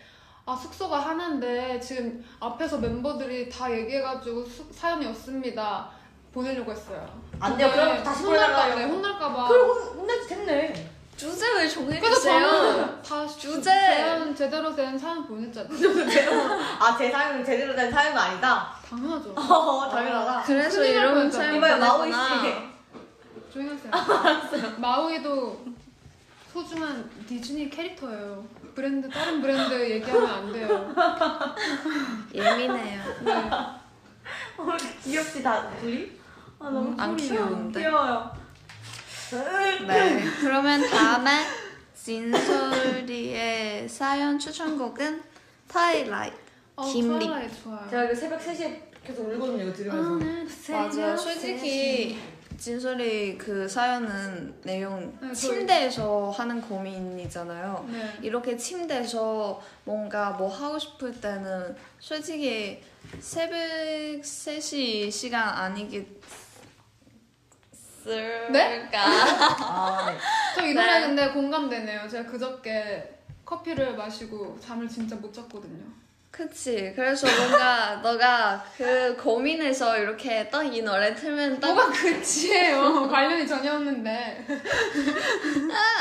B: 아 숙소가 하는데 지금 앞에서 멤버들이 다 얘기해가지고 숙- 사연이 없습니다 보내려고 했어요.
C: 안 돼요. 그럼 다시
B: 혼날까
C: 보내려고.
B: 봐. 네, 혼날까봐.
C: 그리고 혼내도 됐네.
A: 주제 왜
B: 그래서
A: 정해주세요?
B: 저는 다 주제
A: 주제.
B: 제안 제대로 된 사연 보냈잖아요.
C: 아, 제 사연은 제대로 된 사연은 아니다.
B: 당연하죠.
C: 어, 당연하다.
A: 그래서
B: 큰일 날
A: 이런
B: 뻔했잖아.
A: 사연
C: 이봐요, 마오이 씨.
A: 보냈구나
B: 조용히 하세요. 알았어요. 마우이도 소중한 디즈니 캐릭터예요. 브랜드 다른 브랜드 얘기하면 안 돼요.
A: 예민해요.
B: 네.
C: 어, 귀엽지 다 둘이? 아 너무
A: 음, 안
C: 둘이
A: 귀여운데.
C: 귀여워요.
A: 네. 그러면 다음에 진솔이의 사연 추천곡은 트와일라이트.
B: 어,
A: 김리.
B: 트와일라이트 좋아요.
C: 제가 이거 새벽 3시에 계속 울거든요 이거 들으면서.
B: 오늘
A: 맞아요.
B: 새벽
A: 솔직히 진솔이 그 사연은 내용
B: 네, 저희-
A: 침대에서 하는 고민이잖아요.
B: 네.
A: 이렇게 침대에서 뭔가 뭐 하고 싶을 때는 솔직히 새벽 3시 시간 아니겠을까?
B: 네?
C: 아, 네.
B: 저이
A: 네.
B: 노래 근데 공감되네요. 제가 그저께 커피를 마시고 잠을 진짜 못 잤거든요.
A: 그치. 그래서 뭔가 너가 그 고민에서 이렇게 딱 이 노래 틀면 딱
B: 뭐가 그치예요. 관련이 전혀 없는데.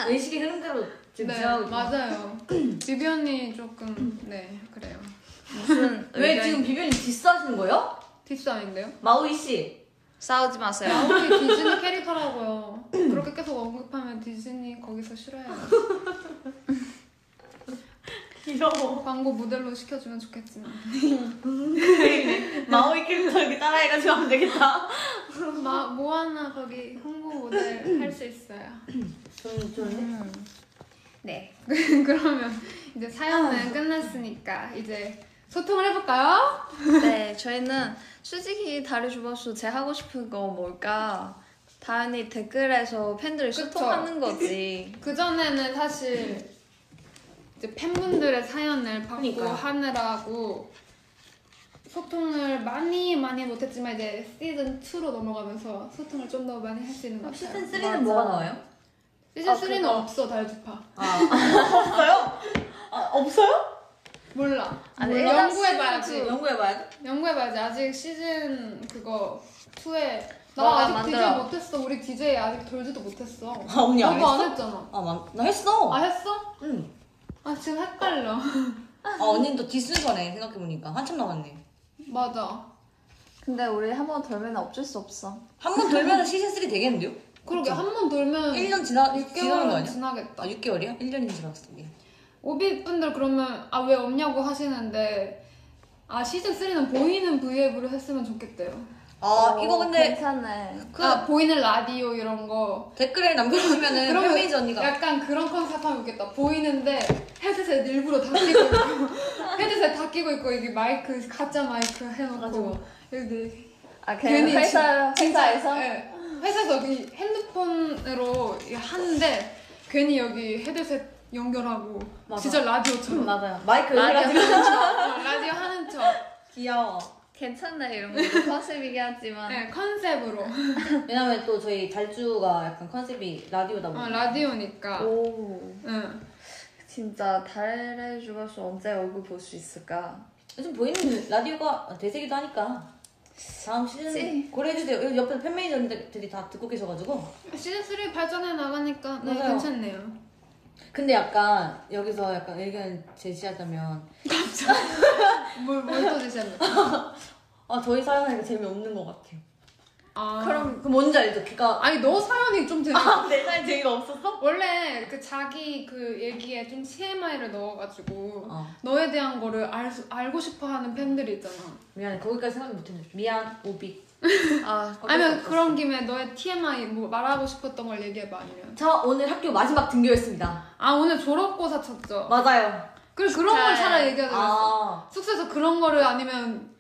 C: 의식의 흐름대로 지금
B: 네,
C: 지나가고 있어요.
B: 맞아요. 비비 언니 조금 네 그래요.
A: 무슨
C: 왜
A: 의견이-
C: 지금 비변이 디스하시는 거예요?
B: 딥스 아닌데요?
C: 마오이 씨.
A: 싸우지 마세요.
B: 아, 마오이 디즈니 캐릭터라고요. 그렇게 계속 언급하면 디즈니 거기서 싫어해요.
C: 귀여워.
B: 광고 모델로 시켜주면 좋겠지만.
C: 마오이 캐릭터 이렇게 따라해가지고 하면 되겠다.
B: 마, 뭐 하나 거기 홍보 모델 할 수 있어요.
C: 좀, 좀.
A: 음.
B: 네. 그러면 이제 사연은 끝났으니까 이제 소통을 해볼까요?
A: 네, 저희는 솔직히 다리 주버수 제 하고 싶은 거 뭘까? 당연히 댓글에서 팬들을
B: 그쵸.
A: 소통하는 거지.
B: 그전에는 사실 이제 팬분들의 사연을 받고
C: 그러니까요.
B: 하느라고 소통을 많이 많이 못했지만 이제 시즌 2로 넘어가면서 소통을 좀 더 많이 할 수 있는 것 같아요.
C: 어, 시즌 3는 뭐가 나와요?
B: 시즌
A: 아,
B: 3는
A: 그거.
B: 없어 달주파.
C: 아, 없어요? 아, 없어요?
B: 몰라.
A: 아니,
B: 몰라.
A: 일단
B: 연구해봐야지.
C: 연구해봐야 돼.
B: 연구해봐야지. 아직 시즌 그거 2에 나
A: 뭐가
B: 아직
A: 만들어.
B: DJ 못했어. 우리 DJ 아직 돌지도 못했어.
C: 아, 언니 안
B: 너도
C: 했어?
B: 안 했잖아.
C: 아, 나, 나 했어.
B: 아 했어?
C: 응.
B: 아 지금 헷갈려.
C: 아, 언니는 또 디스거네, 생각해보니까. 한참 남았네.
B: 맞아.
A: 근데 우리 한 번 돌면 없을 수 없어.
C: 한 번 돌면 시즌3 되겠는데요?
B: 그러게 한 번 돌면
C: 1년 지나, 지나는 거
B: 6개월은
C: 아니야?
B: 지나겠다.
C: 아, 6개월이야? 1년이 지났어. 예.
B: 오비 분들 그러면 아 왜 없냐고 하시는데 아 시즌 3는 보이는 브이앱으로 했으면 좋겠대요.
C: 아,
A: 어,
C: 이거 근데
A: 괜찮네.
C: 그
B: 아 보이는 라디오 이런 거.
C: 댓글에 남겨주시면은
B: 그러면
C: 네, 팬페이지 언니가
B: 약간 그런 컨셉 하면 좋겠다. 보이는데 헤드셋 일부러 다 끼고 있고 헤드셋 다 끼고 있고 이게 마이크 가짜 마이크 해놓고 여기
A: 아, 그냥
B: 괜히
A: 회사,
B: 진- 진짜,
A: 회사에서?
B: 예. 회사에서 여기 핸드폰으로 이거 하는데 괜히 여기 헤드셋 연결하고
C: 맞아.
B: 진짜 라디오처럼
C: 맞아요. 마이크
A: 라디오.
C: 여기가 지금
B: 어, 라디오 하는 척
C: 귀여워.
A: 괜찮네, 이런 거. 컨셉이긴 하지만.
B: 네, 컨셉으로 어,
C: 왜냐면 또 저희 달주가 약간 컨셉이 라디오다 보니까.
B: 아, 라디오니까
A: 오.
B: 응.
A: 진짜 달의 주버수 언제 얼굴 볼 수 있을까?
C: 요즘 보이는 라디오가 되새기도 하니까. 다음 시즌
A: 그치.
C: 고려해주세요. 여기 옆에 팬메이저들이 다 듣고 계셔가지고.
B: 시즌3 발전해 나가니까 네,
C: 맞아요.
B: 괜찮네요
C: 근데 약간 여기서 약간 의견 제시하자면
B: 뭘또 드셨나요?
C: 아 저희 사연은 재미없는 것 같아요.
B: 아,
C: 그럼 아. 그 뭔지 알죠? 걔가
B: 아니 너 사연이 좀 재밌어
C: 내 사연 재미가 없었어?
B: 원래 그 자기 그 얘기에 좀 TMI를 넣어가지고
C: 어
B: 너에 대한 거를 알, 수- 알고 싶어하는 팬들이 있잖아
C: 미안해 거기까지 생각 못했네. 미안 오비.
A: 아,
B: 아니면 그런 김에 너의 TMI 뭐 말하고 싶었던 걸 얘기해봐 아니면
C: 저 오늘 학교 마지막 등교했습니다.
B: 아 오늘 졸업고사 쳤죠
C: 맞아요.
B: 그리고 그런 걸
A: 축하해.
B: 차라리 얘기하자 그랬어
C: 아
B: 숙소에서 그런 거를 아니면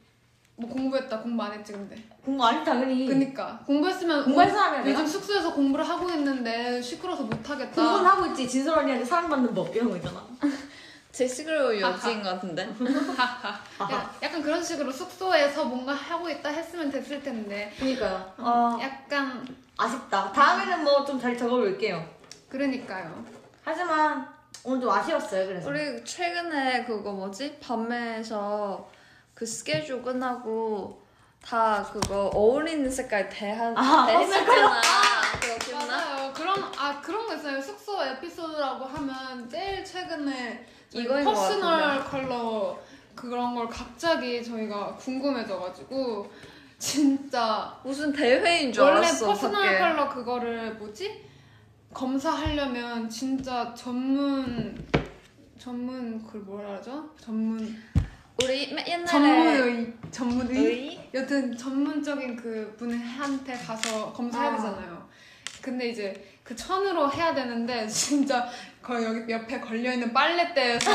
B: 뭐 공부했다 공부 안 했지 근데
C: 공부 안 했다 당연히.
B: 그니까 공부했으면
C: 공부할
B: 오,
C: 사람이야, 내가?
B: 요즘 숙소에서 공부를 하고 있는데 시끄러워서 못 하겠다
C: 공부는 하고 있지 진솔 언니한테 사랑받는 법 이런 거 있잖아.
A: 제 시그로 여지인 것 같은데.
B: 야, 약간 그런 식으로 숙소에서 뭔가 하고 있다 했으면 됐을 텐데
C: 그러니까요. 아
B: 약간
C: 아쉽다. 다음에는 뭐 좀 잘 적어볼게요.
B: 그러니까요
C: 하지만 오늘 좀 아쉬웠어요. 그래서
A: 우리 최근에 그거 뭐지? 밤에서 그 스케줄 끝나고 다 그거 어울리는 색깔 대한
C: 아,
A: 대했었잖아. 그거 기억나?
B: 맞아요 그런 아 그런 거 있어요 숙소 에피소드라고 하면 제일 최근에 저희
A: 이거인 것
B: 퍼스널 컬러 그런 걸 갑자기 저희가 궁금해져가지고 진짜
A: 무슨 대회인 줄
B: 원래
A: 알았어
B: 퍼스널
A: 밖에.
B: 컬러 그거를 뭐지 검사하려면 진짜 전문 전문 그걸 뭐라 하죠? 전문
A: 우리 맨 옛날에
B: 전문 의 전문 의
A: 의?
B: 여튼 전문적인 그 분한테 가서 검사해야
A: 아.
B: 되잖아요. 근데 이제 그 천으로 해야 되는데 진짜 거의 여기 옆에 걸려 있는 빨래대에서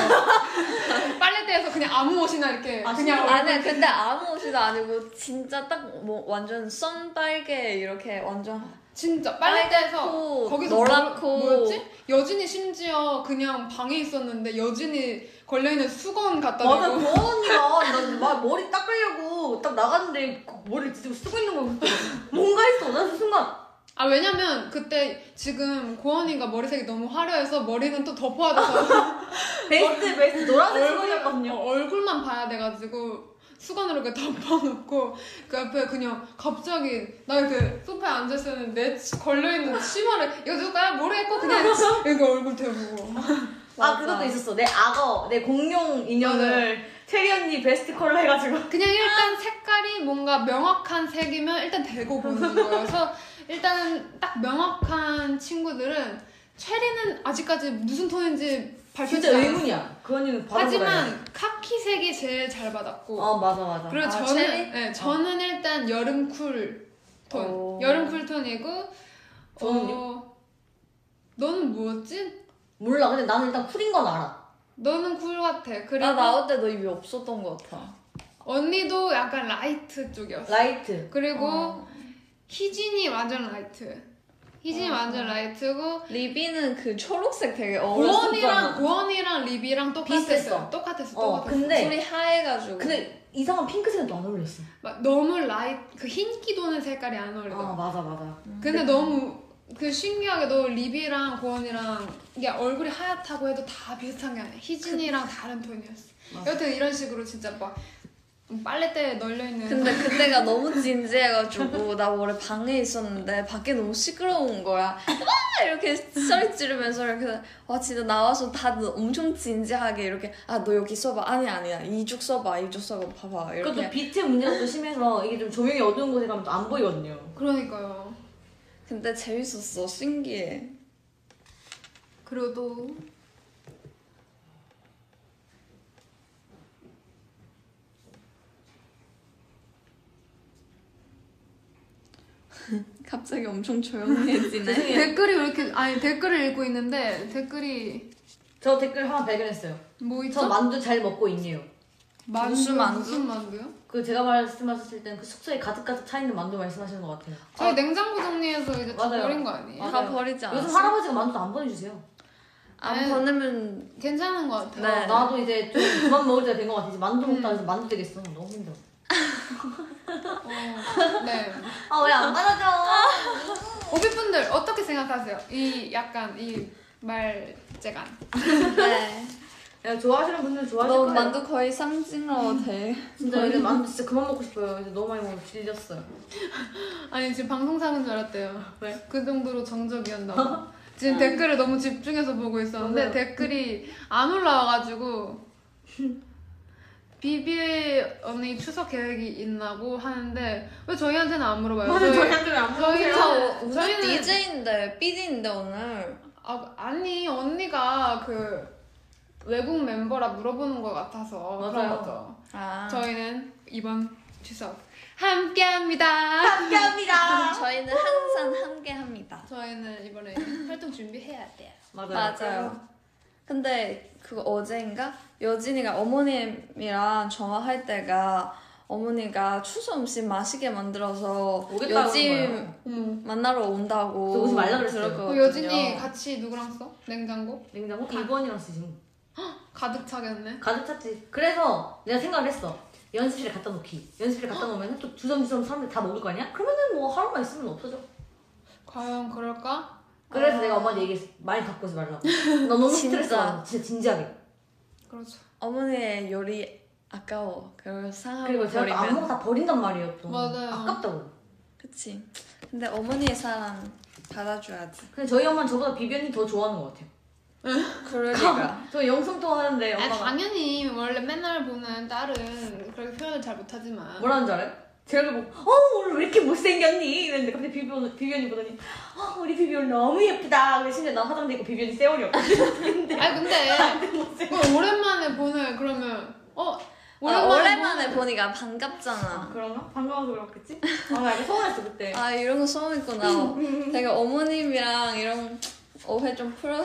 B: 빨래대에서 그냥 아무 옷이나 이렇게
C: 아,
B: 그냥
C: 진짜?
A: 아니 근데 아무 옷이도 아니고 진짜 딱 뭐 완전 선빨개 이렇게 완전
B: 진짜 빨래대에서
A: 빨갛고
B: 거기서
A: 노랗고.
B: 뭐, 뭐였지? 여진이 심지어 그냥 방에 있었는데 여진이 걸려있는 수건 갖다
C: 맞아,
B: 대고
C: 고원 언니가 나막 머리 닦으려고 딱 나갔는데 그 머리를 뒤집어 쓰고 있는 거 보고 뭔가 했어. 나는 순간
B: 아 왜냐면 그때 지금 고원이가 머리색이 너무 화려해서 머리는 또 덮어야 돼서
C: 베이스, 베이스 노란색 쓰고
B: 얼굴,
C: 있었거든요. 아,
B: 어, 얼굴만 봐야 돼가지고 수건으로 이렇게 덮어놓고 그 옆에 그냥 갑자기 나 이렇게 소파에 앉아있었는데 내 치- 걸려있는 치마를 이거 누가 모르겠고 그냥 이렇게 얼굴 대고
C: 아,
A: 맞아.
C: 그것도 있었어. 내 악어, 내 공룡 인형을 체리 언니 베스트 컬러 해가지고.
B: 그냥 일단 색깔이 뭔가 명확한 색이면 일단 대고 보는 거여서 일단은 딱 명확한 친구들은 체리는 아직까지 무슨 톤인지 밝히지
C: 진짜
B: 않았어요.
C: 의문이야. 그 언니는 바로 그래.
B: 하지만 카키색이 제일 잘 받았고
C: 어, 맞아, 맞아.
B: 그리고
A: 아,
B: 저는
A: 체리?
B: 네, 저는 일단 여름 쿨 톤,
A: 오.
B: 여름 쿨 톤이고
C: 어. 저는요?
B: 어, 너는 뭐였지?
C: 몰라. 근데 나는 일단 쿨인 건 알아.
B: 너는 쿨 같아. 그리고
A: 나 나올 때 너 입이 없었던 것 같아
B: 언니도 약간 라이트 쪽이었어.
C: 라이트.
B: 그리고
A: 어.
B: 희진이 완전 라이트. 희진이
A: 어.
B: 완전 라이트고
A: 리비는 그 초록색 되게 어울렸어
B: 고원이랑 고원이랑 리비랑 똑같았어.
C: 비슷했어.
B: 똑같았어.
C: 어,
B: 똑같았어.
C: 근데-
A: 둘이 하얘가지고
C: 근데 이상한 핑크색은 또 안 어울렸어.
B: 막 너무 라이 그 흰기 도는 색깔이 안
C: 아,
B: 어울려.
C: 맞아, 맞아.
B: 근데 너무 그 신기하게도 리비랑 고원이랑 이게 얼굴이 하얗다고 해도 다 비슷한 게 아니야. 희진이랑 다른 톤이었어.
C: 맞아.
B: 여튼 이런 식으로 진짜 막 빨래대에 널려 있는
A: 근데 그때가 너무 진지해가지고 나 원래 방에 있었는데 밖에 너무 시끄러운 거야 아! 이렇게 소리 지르면서 이렇게 와 진짜 나와서 다들 엄청 진지하게 이렇게 아 너 여기 써봐 아니 아니야 이쪽 써봐 이쪽 써봐 봐봐
B: 네,
C: 그것도
A: 이렇게
C: 비트 문제가 또 심해서 이게 좀 조명이 어두운 곳에 가면 또 안 보이거든요.
B: 그러니까요.
A: 근데 재밌었어 신기해
B: 그리고 또
A: 갑자기 엄청 조용해지네
B: 댓글이 왜 이렇게 아니 댓글을 읽고 있는데 댓글이
C: 저 댓글 하나 발견했어요.
B: 뭐 있죠?
C: 저 만두 잘 먹고 있네요.
B: 만두,
A: 무슨 만두?
B: 무슨 만두요?
C: 그 제가 말씀하셨을 땐 그 숙소에 가득가득 차 있는 만두 말씀하시는 것 같아요.
B: 저희 냉장고 정리해서 이제 다
C: 맞아요.
B: 버린 거 아니에요?
A: 다
C: 맞아요.
A: 버리지 않았어?
C: 요즘 할아버지가 만두 안 보내주세요.
A: 안
B: 네.
A: 보내면
B: 괜찮은 거 같아요.
A: 네.
C: 어, 나도 이제 좀 그만 먹을 때가 된 것 같아. 이제 만두 먹다 해서 만두 되겠어. 너무 힘들어.
B: 어, 네.
C: 아 왜 안 받아줘?
B: 오비분들 어떻게 생각하세요? 이 약간 이 말재간.
A: 네.
C: 야, 좋아하시는 분들 뭐 좋아하실
A: 너
C: 거예요.
A: 만두 거의 쌍징어 돼.
C: 진짜 이제 만두 진짜 그만 먹고 싶어요. 이제 너무 많이 먹어 질렸어요.
B: 아니 지금 방송사는 줄 알았대요.
C: 왜?
B: 그 정도로 정적이었나봐. 지금 댓글을 너무 집중해서 보고 있었는데
C: 맞아요.
B: 댓글이 안 올라와가지고 비비 언니 추석 계획이 있나고 하는데 왜 저희한테는 안 물어봐요?
C: 맞아,
B: 저희-
C: 저희한테는 안
B: 저희는-
A: 저 오늘
B: 저희는
A: DJ인데 BD인데 오늘.
B: 아, 아니 언니가 그 외국 멤버라 물어보는 것 같아서
C: 맞아요.
B: 그런 거죠.
A: 아.
B: 저희는 이번 추석 함께합니다.
C: 감사합니다.
A: 저희는 항상 함께합니다.
B: 저희는 이번에 활동 준비해야 돼요.
C: 맞아요.
A: 맞아요. 근데 그거 어제인가 여진이가 어머님이랑 전화할 때가 어머니가 추석 음식 맛있게 만들어서
C: 오겠다는
A: 여진
C: 거예요.
B: 어머.
A: 만나러 온다고
C: 그래서 오지 말라 그랬어요.
B: 어,
A: 거거든요.
B: 여진이 같이 누구랑 써? 냉장고?
C: 냉장고 2번이랑 쓰지.
B: 가득 차겠네.
C: 가득 찼지. 그래서 내가 생각을 했어. 연습실에 갖다 놓기. 연습실에 갖다 놓으면 또 주섬주섬 사람들 다 먹을 거 아니야? 그러면은 뭐 하루만 있으면 없어져.
B: 과연 그럴까?
C: 그래서
B: 아.
C: 내가 엄마한테 얘기했어. 많이 갖고 오지 말라고. 나 너무 스트레스
A: 진짜.
C: 받아. 진짜 진지하게.
B: 그렇죠.
A: 어머니의 요리 아까워. 그걸 상하고
C: 그리고 제가 안 먹어
A: 버리면.
C: 다 버린단 말이에요. 또.
B: 맞아요.
C: 아깝다고.
A: 그치. 근데 어머니의 사랑 받아줘야지.
C: 근데 저희 엄마는 저보다 비비언니 더 좋아하는 것 같아요.
A: 그러니까.
C: 저 영성통 하는데
B: 아,
C: 네, 엄마가
B: 당연히 원래 맨날 보는 딸은 그렇게 표현을 잘 못하지만
C: 뭐라는 줄 알아요? 제가 보고 어 오늘 왜 이렇게 못생겼니? 이랬는데 갑자기 비비 언- 비비 언니 보더니 아 우리 비비 언니 너무 예쁘다. 근데 심지어 난 화장대 입고 비비 언니 세월이었거든.
B: 아니 근데 그 오랜만에 보는 그러면 어
A: 아,
B: 오랜만에,
A: 오랜만에
B: 보는-
A: 보니까 반갑잖아.
C: 그런가? 반가워서 그렇겠지? 아, 나 약간 서운했어, 그때.
A: 아 이런 거 처음 있구나. 내가 어머님이랑 이런 오해 좀 풀어.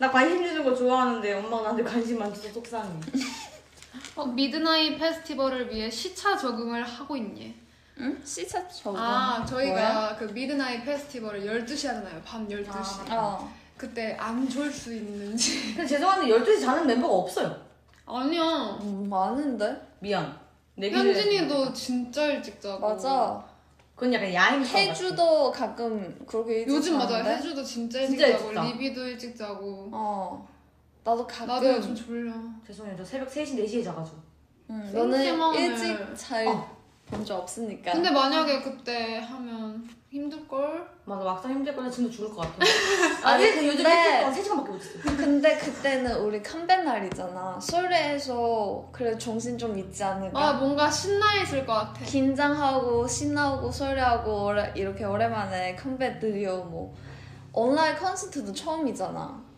C: 나 관심 주는 거 좋아하는데 엄마가 나한테 관심만 줘서 속상해.
B: 어, 미드나잇 페스티벌을 위해 시차 적응을 하고 있니?
A: 응? 시차 적응.
B: 아 저희가 그 미드나잇 페스티벌을 12시 하잖아요 밤 12시
A: 어.
B: 그때 안 졸 수 있는지
C: 근데 죄송한데 12시 자는 멤버가 없어요.
B: 아니야
A: 음, 많은데?
C: 미안. 내 기준에.
B: 현진이도 진짜 일찍 자고
A: 맞아.
C: 그건 약간 야행
A: 해주도 가끔 그렇게 일찍
B: 음, 요즘 맞아
A: 자는데?
B: 해주도 진짜 일찍
C: 진짜 일찍
B: 자고
C: 자.
B: 리비도 일찍 자고
A: 어. 나도 가끔.
B: 나도 요즘 졸려
C: 죄송해요. 저 새벽 3시, 4시에 자가지고.
A: 응,
B: 생생하네.
A: 음, 너는 일찍 잘
C: 어.
A: 본 적 없으니까.
B: 근데 만약에 그때 하면 힘들걸?
C: 맞아, 막상 힘들 거나 진짜 죽을 것 같아. 아,
A: 아니,
C: 근데 요즘
A: 근데-
C: 일찍 3시간밖에 못 잤어.
A: 근데 그때는 우리 컴백 날이잖아. 설레해서 그래 정신 좀 있지 않을까.
B: 아 뭔가 신나 있을 것 같아
A: 긴장하고 신나고 설레하고 오래- 이렇게 오랜만에 컴백들이요 뭐 온라인 콘서트도 처음이잖아.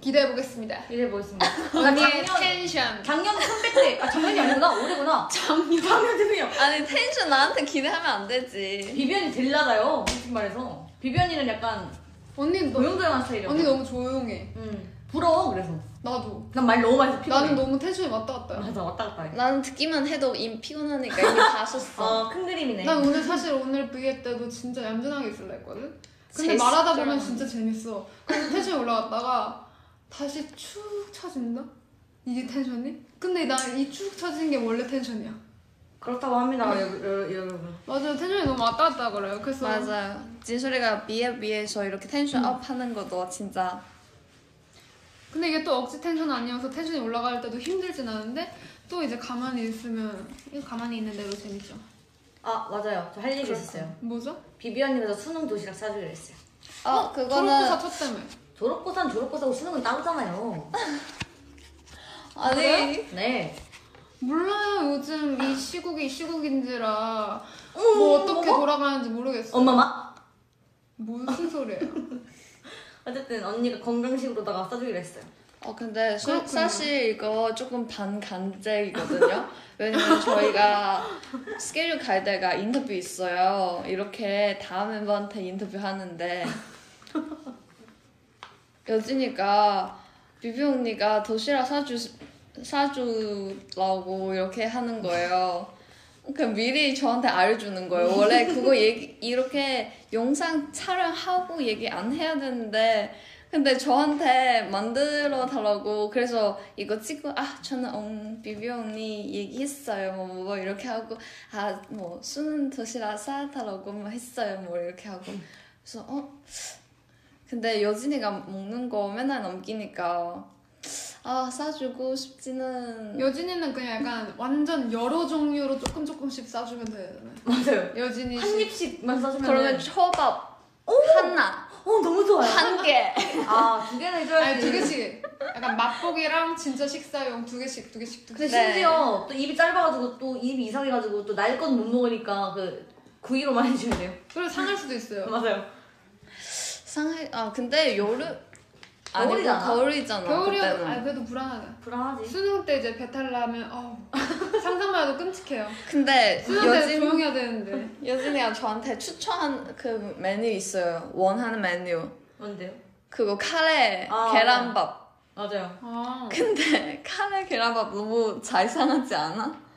B: 기대해 보겠습니다
C: 이래 보겠습니다.
B: 언니의
C: 작년,
B: 텐션
C: 작년 컴백 때, 아, 작년이 아니구나, 올해구나. 작년. 작년 죄송해요.
A: 아니 텐션 나한테 기대하면 안 되지.
C: 비비언이 딜 낮아요, 무슨 말해서. 비비언이는 약간
B: 언니 너,
C: 조용조용한 스타일이야.
B: 언니 너무 조용해
C: 응. 부러워, 그래서.
B: 나도
C: 난 말 너무 많이 해서 피곤해.
B: 나는 너무 텐션이 왔다 갔다 해.
C: 맞아, 왔다 갔다 해.
A: 나는 듣기만 해도 이 피곤하니까 이미 다 썼어.
C: 어, 큰 그림이네.
B: 난 오늘 사실 오늘 브이앱 때도 진짜 얌전하게 있을라 했거든?
A: 재밌을
B: 근데 말하다
A: 줄
B: 보면
A: 알았는데.
B: 진짜 재밌어. 그래서 텐션이 올라갔다가 다시 축 처진다? 이게 텐션이? 근데 난 이 축 처진 게 원래 텐션이야.
C: 그렇다고 합니다, 여- 여- 여러분.
B: 맞아요. 텐션이 너무 왔다 갔다 그래요. 그래서
A: 맞아요. 진솔이가 비에 비해서 이렇게
B: 음.
A: 텐션 업하는 것도 진짜
B: 근데 이게 또 억지 텐션 아니어서 텐션이 올라갈 때도 힘들진 않은데 또 이제 가만히 있으면 이거 가만히 있는 대로 재밌죠.
C: 아, 맞아요. 저 할 얘기 있었어요.
B: 뭐죠?
C: 비비언니가 수능 도시락 사주기로 했어요.
A: 어,
B: 토론고사
A: 그거는
B: 첫 때문에.
C: 졸업고사는 졸업고사고 수능은 따로잖아요.
A: 아니
C: 네.
B: 몰라요. 요즘 이 시국이 이 시국인지라
C: 음,
B: 뭐 어떻게 돌아가는지 모르겠어.
C: 엄마 막?
B: 무슨 소리예요?
C: 어쨌든 언니가 건강식으로다가 사주기로 했어요.
A: 어 근데 소-
B: 그렇군요.
A: 사실 이거 조금 반간제이거든요. 왜냐면 저희가 스케줄 갈 때가 인터뷰 있어요. 이렇게 다음 멤버한테 인터뷰 하는데 여진이가 비비 언니가 도시락 사주 사주라고 이렇게 하는 거예요. 그 미리 저한테 알려주는 거예요. 원래 그거 얘기 이렇게 영상 촬영하고 얘기 안 해야 되는데 근데 저한테 만들어 달라고 그래서 이거 찍고 아 저는 음, 비비 언니 얘기했어요 뭐 뭐 이렇게 하고 아 뭐 수능 도시락 싸달라고 뭐 했어요 뭐 이렇게 하고 그래서 어 근데 여진이가 먹는 거 맨날 넘기니까 아 싸주고 싶지는
B: 여진이는 그냥 약간 완전 여러 종류로 조금 조금씩 싸주면 되잖아요.
C: 맞아요.
B: 여진이
C: 한 입씩만 사주면
A: 그러면 초밥 하나
C: 어, 너무 좋아요.
A: 한개
C: 아, 두 개는 해줘야지.
B: 아니 두 개씩 약간 맛보기랑 진짜 식사용 두 개씩 두 개씩 두
C: 근데
B: 개씩.
A: 네.
C: 심지어 또 입이 짧아가지고 또 입이 이상해가지고 또 날 건 못 먹으니까 그 구이로만 해줘야 돼요.
B: 그리고 상할 수도 있어요.
C: 맞아요.
A: 상해 아 근데 여름 아니고 뭐
C: 겨울이잖아.
A: 겨울이잖아
B: 겨울이
A: 그때는.
B: 아 그래도 불안하다.
C: 불안하지.
B: 수능 때 이제 배탈 나면 어 상상만 해도 끔찍해요.
A: 근데
B: 수능 때
A: 여진
B: 조용해야 되는데.
A: 여진이가 저한테 추천한 그 메뉴 있어요 원하는 메뉴
C: 뭔데요?
A: 그거 카레
C: 아.
A: 계란밥
C: 맞아요.
B: 아
A: 근데 카레 계란밥 너무 잘 상하지 않아?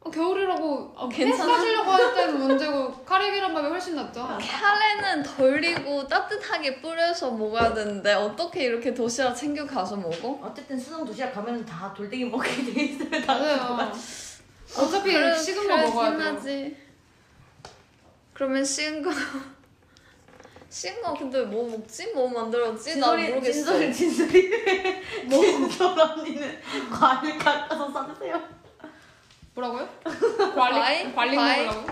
B: 어, 겨울이라고 어, 회
A: 괜찮아. 아,
B: 싸주려고 할 때는 문제고 카레 계란밥이 훨씬 낫죠.
A: 카레는 덜리고 따뜻하게 뿌려서 먹어야 되는데 어떻게 이렇게 도시락 챙겨 가서 먹어?
C: 어쨌든 수능 도시락 가면은 다 돌덩이 먹게 돼 있어요. 다
B: 맞아요. 어차피
A: 그래,
B: 식은 거
A: 그래,
B: 먹어야 돼.
A: 신나지. 그러면 식은 거 식은 거 근데 뭐 먹지? 뭐 만들었지? 나
C: 진솔이
A: 모르겠어.
C: 진솔이 진솔이 뭐? 진솔 언니는 과일 깎아서 싸주세요.
B: 뭐라고요?
A: 과일?
B: 관리 관리
A: 과일?
B: 먹으라고?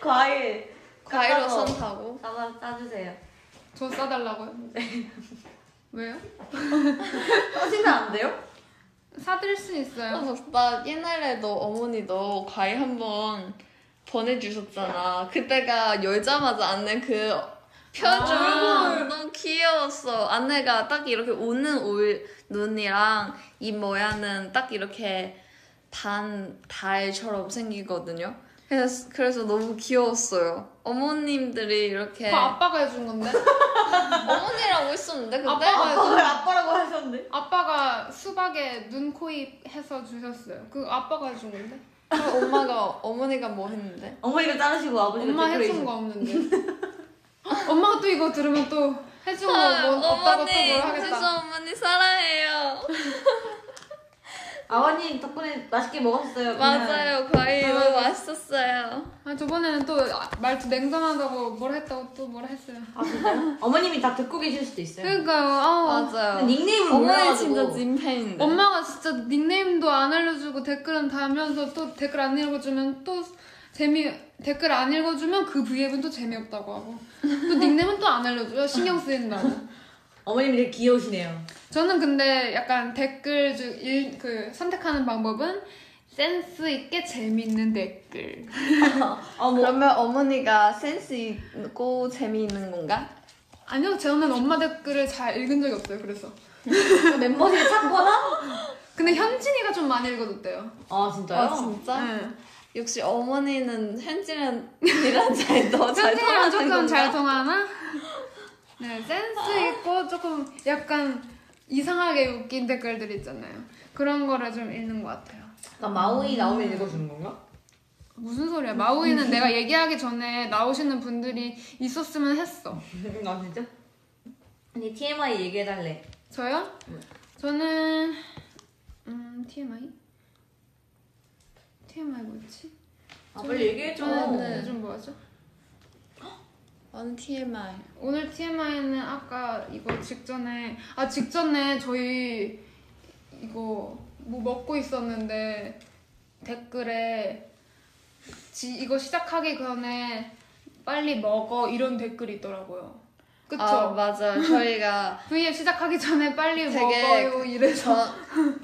C: 과일
A: 과일로
C: 깎아서
A: 선타고.
C: 싸- 싸주세요.
B: 저 싸달라고요?
A: 네.
B: 왜요?
C: 싸주면 안 돼요?
B: 사드릴 수 있어요.
A: 나 옛날에도 어머니도 과일 한번 보내주셨잖아. 그때가 열자마자 안내 그 표정
B: 아.
A: 너무 귀여웠어. 안내가 딱 이렇게 우는 울 눈이랑 입 모양은 딱 이렇게 반 달처럼 생기거든요. 그래서, 그래서 너무 귀여웠어요. 어머님들이 이렇게
B: 그거 아빠가 해준 건데?
A: 어머니라고 했었는데 근데
B: 아빠가 해준
C: 아빠를 아빠라고 하셨는데?
B: 아빠가 수박에 눈, 코, 입 해서 주셨어요. 그 아빠가 해준 건데?
A: 그럼 엄마가 어머니가 뭐 했는데?
C: 어머니가 자르시고 아버지가
B: 엄마 해준
C: 데코레이션.
B: 거 없는데. 엄마가 또 이거 들으면 또 해준 거 뭐, 없다고 또
A: 아, 어머니,
B: 뭐라
A: 지수
B: 하겠다.
A: 어머니 사랑해요.
C: 아버님 덕분에 맛있게 먹었어요. 그냥.
A: 맞아요, 과일
C: 아.
A: 너무 맛있었어요.
B: 아, 저번에는 또 아, 말투 냉정하다고 뭘 했다고 또 뭘 했어요.
C: 아 진짜요? 어머님이 다 듣고 계실 수도 있어요.
B: 그러니까요. 아,
A: 네. 맞아요.
C: 근데 닉네임을
A: 어머니
C: 몰라가지고.
A: 진짜
C: 네.
A: 찐팬인데.
B: 엄마가 진짜 닉네임도 안 알려주고 댓글은 달면서 또 댓글 안 읽어주면 또 재미 댓글 안 읽어주면 그 브이앱은 또 재미없다고 하고 또 닉네임은 또 안 알려줘요 신경 쓰인다고
C: 어머님이 되게 귀여우시네요.
B: 저는 근데 약간 댓글 중일그 선택하는 방법은 센스 있게 재밌는 댓글
C: 아 뭐.
A: 그러면 어머니가 센스 있고 재미있는 건가?
B: 아니요 저는 엄마 댓글을 잘 읽은 적이 없어요 그래서
C: 멤버들이 찾거나?
B: 근데 현진이가 좀 많이 읽어줬대요
C: 아 진짜요?
A: 아 진짜?
B: 네.
A: 역시 어머니는 현진이랑 잘더잘
B: 현진이랑
A: 통하는
B: 조금
A: 건가?
B: 잘 통하나? 네, 센스 있고 조금 약간 이상하게 웃긴 댓글들 있잖아요. 그런 거를 좀 읽는 것 같아요.
C: 나 마오이 나오면 읽어주는 건가?
B: 무슨 소리야? 마우이는 내가 얘기하기 전에 나오시는 분들이 있었으면 했어.
C: 아 진짜? 아니 TMI 얘기해달래.
B: 저요? 저는 음 TMI? TMI 뭐지?
C: 아 빨리 얘기해줘.
A: 네,
B: 저는 요즘 뭐 하죠?
A: 원 TMI.
B: 오늘 TMI는 아까 이거 직전에 아 직전에 저희 이거 뭐 먹고 있었는데 댓글에 지, 이거 시작하기 전에 빨리 먹어 이런 댓글이 있더라고요. 그쵸?
A: 아 맞아요. 저희가
B: V앱 시작하기 전에 빨리
A: 되게 그
B: 먹어요 이래서
A: 저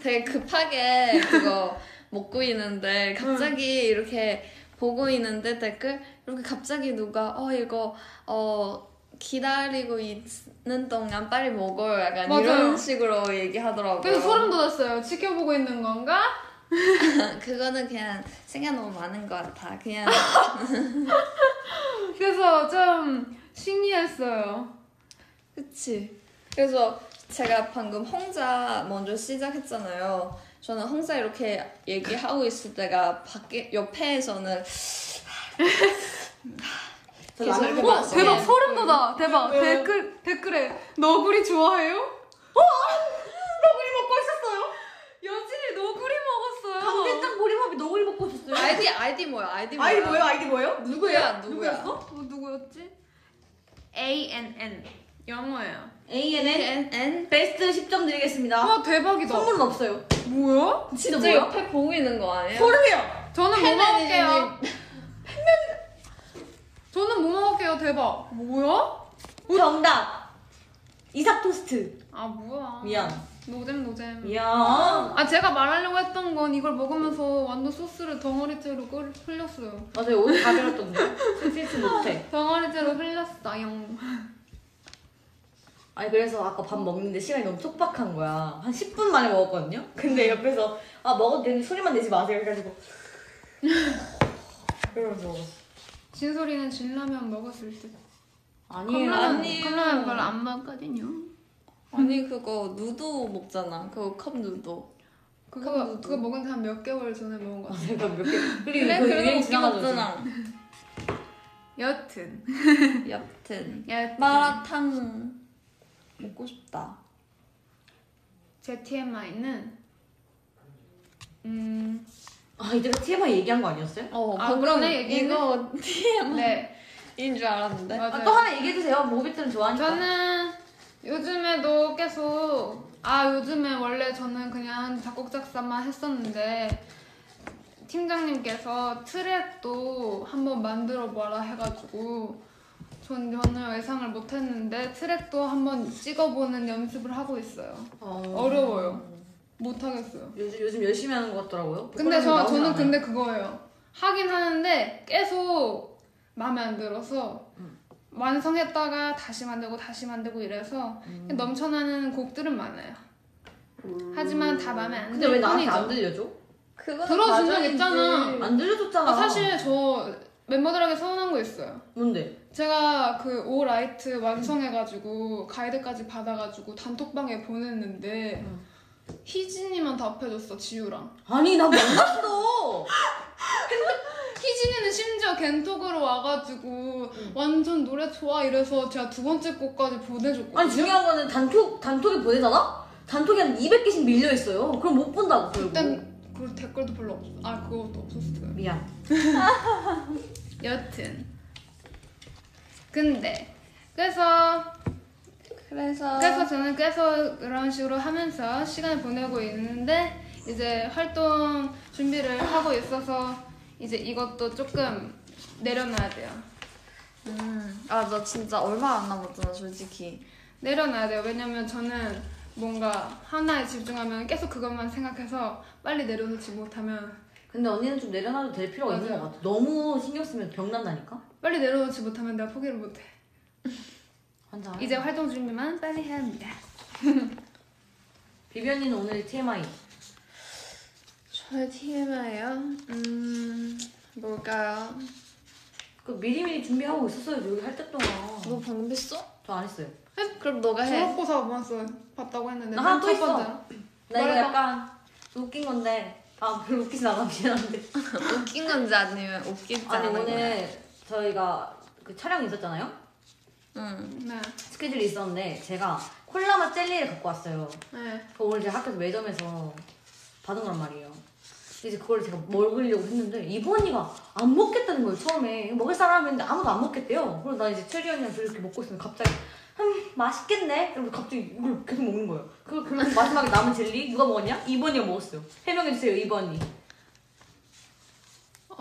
A: 되게 급하게 그거 먹고 있는데 갑자기 이렇게 보고 있는데 댓글 이렇게 갑자기 누가 어 이거 어 기다리고 있는 동안 빨리 먹어요 약간
B: 맞아요.
A: 이런 식으로 얘기하더라고요.
B: 그래서 소름 돋았어요. 지켜보고 있는 건가?
A: 그거는 그냥 생각 너무 많은 것 같아. 그냥
B: 그래서 좀 신기했어요.
A: 그치. 그래서 제가 방금 홍자 먼저 시작했잖아요. 저는 홍자 이렇게 얘기하고 있을 때가 밖에 옆에서는
C: 저
A: 계속
C: 라면
A: 이렇게
C: 먹어.
A: 마시게.
B: 대박 소름 돋아. 대박
C: 왜, 왜?
B: 댓글 댓글에 너구리 좋아해요?
C: 너구리 먹고 있었어요?
B: 어? 여진이 너구리 먹었어요.
C: 강대장 보리밥이 너구리 먹고 있었어요.
A: 아이디 아이디 뭐야? 아이디 뭐야?
C: 아이디 뭐예요? 아이디 뭐예요?
A: 누구야? 누구야?
C: 누구였어?
B: 어, 누구였지? A N N 영어예요.
C: ANN
A: N N
C: 베스트 10점 드리겠습니다.
B: 와 대박이다.
C: 선물은 없어요.
B: 아, 뭐야?
A: 저
C: 진짜 뭐야?
A: 옆에 보고 있는 거 아니에요?
C: 소름이요.
B: 저는 뭐 먹을게요. 저는 뭐 먹을게요. 대박. 뭐야?
C: 정답. 이삭 토스트. 음.
B: 아 뭐야?
C: 미안.
B: 노잼 노잼.
C: 미안.
B: 아 제가 말하려고 했던 건 이걸 먹으면서 완전 소스를 덩어리째로 끓- 흘렸어요.
C: 맞아요. 오늘 다 배웠던데. 스위치 못해.
B: 덩어리째로 흘렸어 영.
C: 아니 그래서 아까 밥 먹는데 시간이 너무 촉박한 거야. 한 10분 만에 먹었거든요. 근데 옆에서 아 먹어도 되는데 소리만 내지 마세요. 그래가지고 그러면서
B: 진솔이는 진라면 먹었을 때.
C: 음, 아니에요.
B: 컵라면
C: 아니.
B: 컵라면 별로 안 먹거든요.
A: 아니 그거 누도 먹잖아. 그거 컵 누도.
B: 그거 그거 먹은 지 한 몇 개월 전에 먹은 것 같아요.
C: 제가 몇 개. 그리고
A: 그래
C: 이거 유행
A: 그래도 웃긴
C: 지나가죠. 지금.
A: 없잖아.
B: 여튼
A: 여튼
B: 여튼
A: 마라탕 먹고 싶다.
B: 제 TMI는 음,
C: 아 이때가 TMI 얘기한 거 아니었어요?
A: 어
B: 아,
A: 방금
B: 그러네, 얘기는.
A: 이거 TMI인
B: 네,
A: 줄 알았는데.
B: 맞아요.
C: 아, 또 하나 얘기해 주세요. 모비트는 좋아하니까.
B: 저는 요즘에도 계속 아 요즘에 원래 저는 그냥 작곡 작사만 했었는데 팀장님께서 트랙도 한번 만들어 봐라 해가지고 전 전혀 예상을 못했는데 트랙도 한번 찍어보는 연습을 하고 있어요.
C: 어.
B: 어려워요. 못하겠어요.
C: 요즘 요즘 열심히 하는 것 같더라고요.
B: 근데
C: 보컬
B: 저
C: 나오진
B: 저는
C: 않아요.
B: 근데 그거예요. 하긴 하는데 계속 마음에 안 들어서
C: 음.
B: 완성했다가 다시 만들고 다시 만들고 이래서
C: 음.
B: 넘쳐나는 곡들은 많아요. 하지만 다 마음에 안
C: 근데 왜
B: 들어.
C: 나한테 안 들려줘?
A: 그거는
B: 들어준 적
A: 과정이지.
B: 있잖아.
C: 안 들려줬잖아.
B: 아, 사실 저 멤버들에게 서운한 거 있어요.
C: 뭔데?
B: 제가 그 오라이트 완성해가지고 가이드까지 받아가지고 단톡방에 보냈는데
C: 음.
B: 희진이만 답해줬어 지우랑.
C: 아니 나 몰랐어.
B: 희진이는 심지어 겐톡으로 와가지고 완전 노래 좋아 이래서 제가 두 번째 곡까지 보내줬거든요.
C: 아니 중요한 거는 단톡 단톡에 보내잖아. 단톡에 한 200개씩 밀려 있어요. 그럼 못 본다고 결국.
B: 일단 그 댓글도 별로 없. 아 그것도 없었어요.
C: 미안.
B: 여튼 근데 그래서
A: 그래서
B: 그래서 저는 계속 이런 식으로 하면서 시간을 보내고 있는데 이제 활동 준비를 하고 있어서 이제 이것도 조금 내려놔야 돼요.
A: 음아나 진짜 얼마 안 남았잖아 솔직히
B: 내려놔야 돼요. 왜냐면 저는 뭔가 하나에 집중하면 계속 그것만 생각해서 빨리 내려놓지 못하면
C: 근데 언니는 좀 내려놔도 될 필요가 있는
B: 맞아요.
C: 것 같아. 너무 신경 쓰면 병 난다니까.
B: 빨리 내려놓지 못하면 내가 포기를 못해.
C: 환장.
B: 이제 활동 준비만 빨리 해야 합니다.
C: 비비언니는 오늘 TMI.
A: 저의 TMI요? 음 뭘까요?
C: 그 미리미리 준비하고 있었어요. 여기 할 때 동안.
B: 뭐?
A: 너 방금 했어?
C: 저 안 했어요.
A: 그럼
B: 네.
A: 너가 해
B: 졸업고사 봤어 봤다고 했는데
C: 나 하나 또
B: 첫
C: 있어.
B: 번째야.
C: 나 이거
B: 말해봐.
C: 약간 웃긴 건데 아 별로 웃기진 않아 미안한데.
A: 웃긴 건지 아니면 웃기지
C: 아니
A: 않은 건지
C: 오늘 저희가 그 촬영 있었잖아요.
A: 응
B: 네.
C: 스케줄이 있었는데 제가 콜라 맛 젤리를 갖고 왔어요.
B: 네.
C: 그거 오늘 제가 학교에서 매점에서 받은 거란 말이에요. 근데 이제 그걸 제가 먹으려고 했는데 이보 언니가 안 먹겠다는 거예요 처음에 먹을 사람 했는데 아무도 안 먹겠대요. 그래서 나 이제 체리 언니랑 둘이 이렇게 먹고 있으면 갑자기 음 맛있겠네 이러고 갑자기 이걸 계속 먹는 거예요. 그걸 결국 마지막에 남은 젤리 누가 먹었냐? 이보 언니가 먹었어요. 해명해 주세요 이보 언니.
B: 어...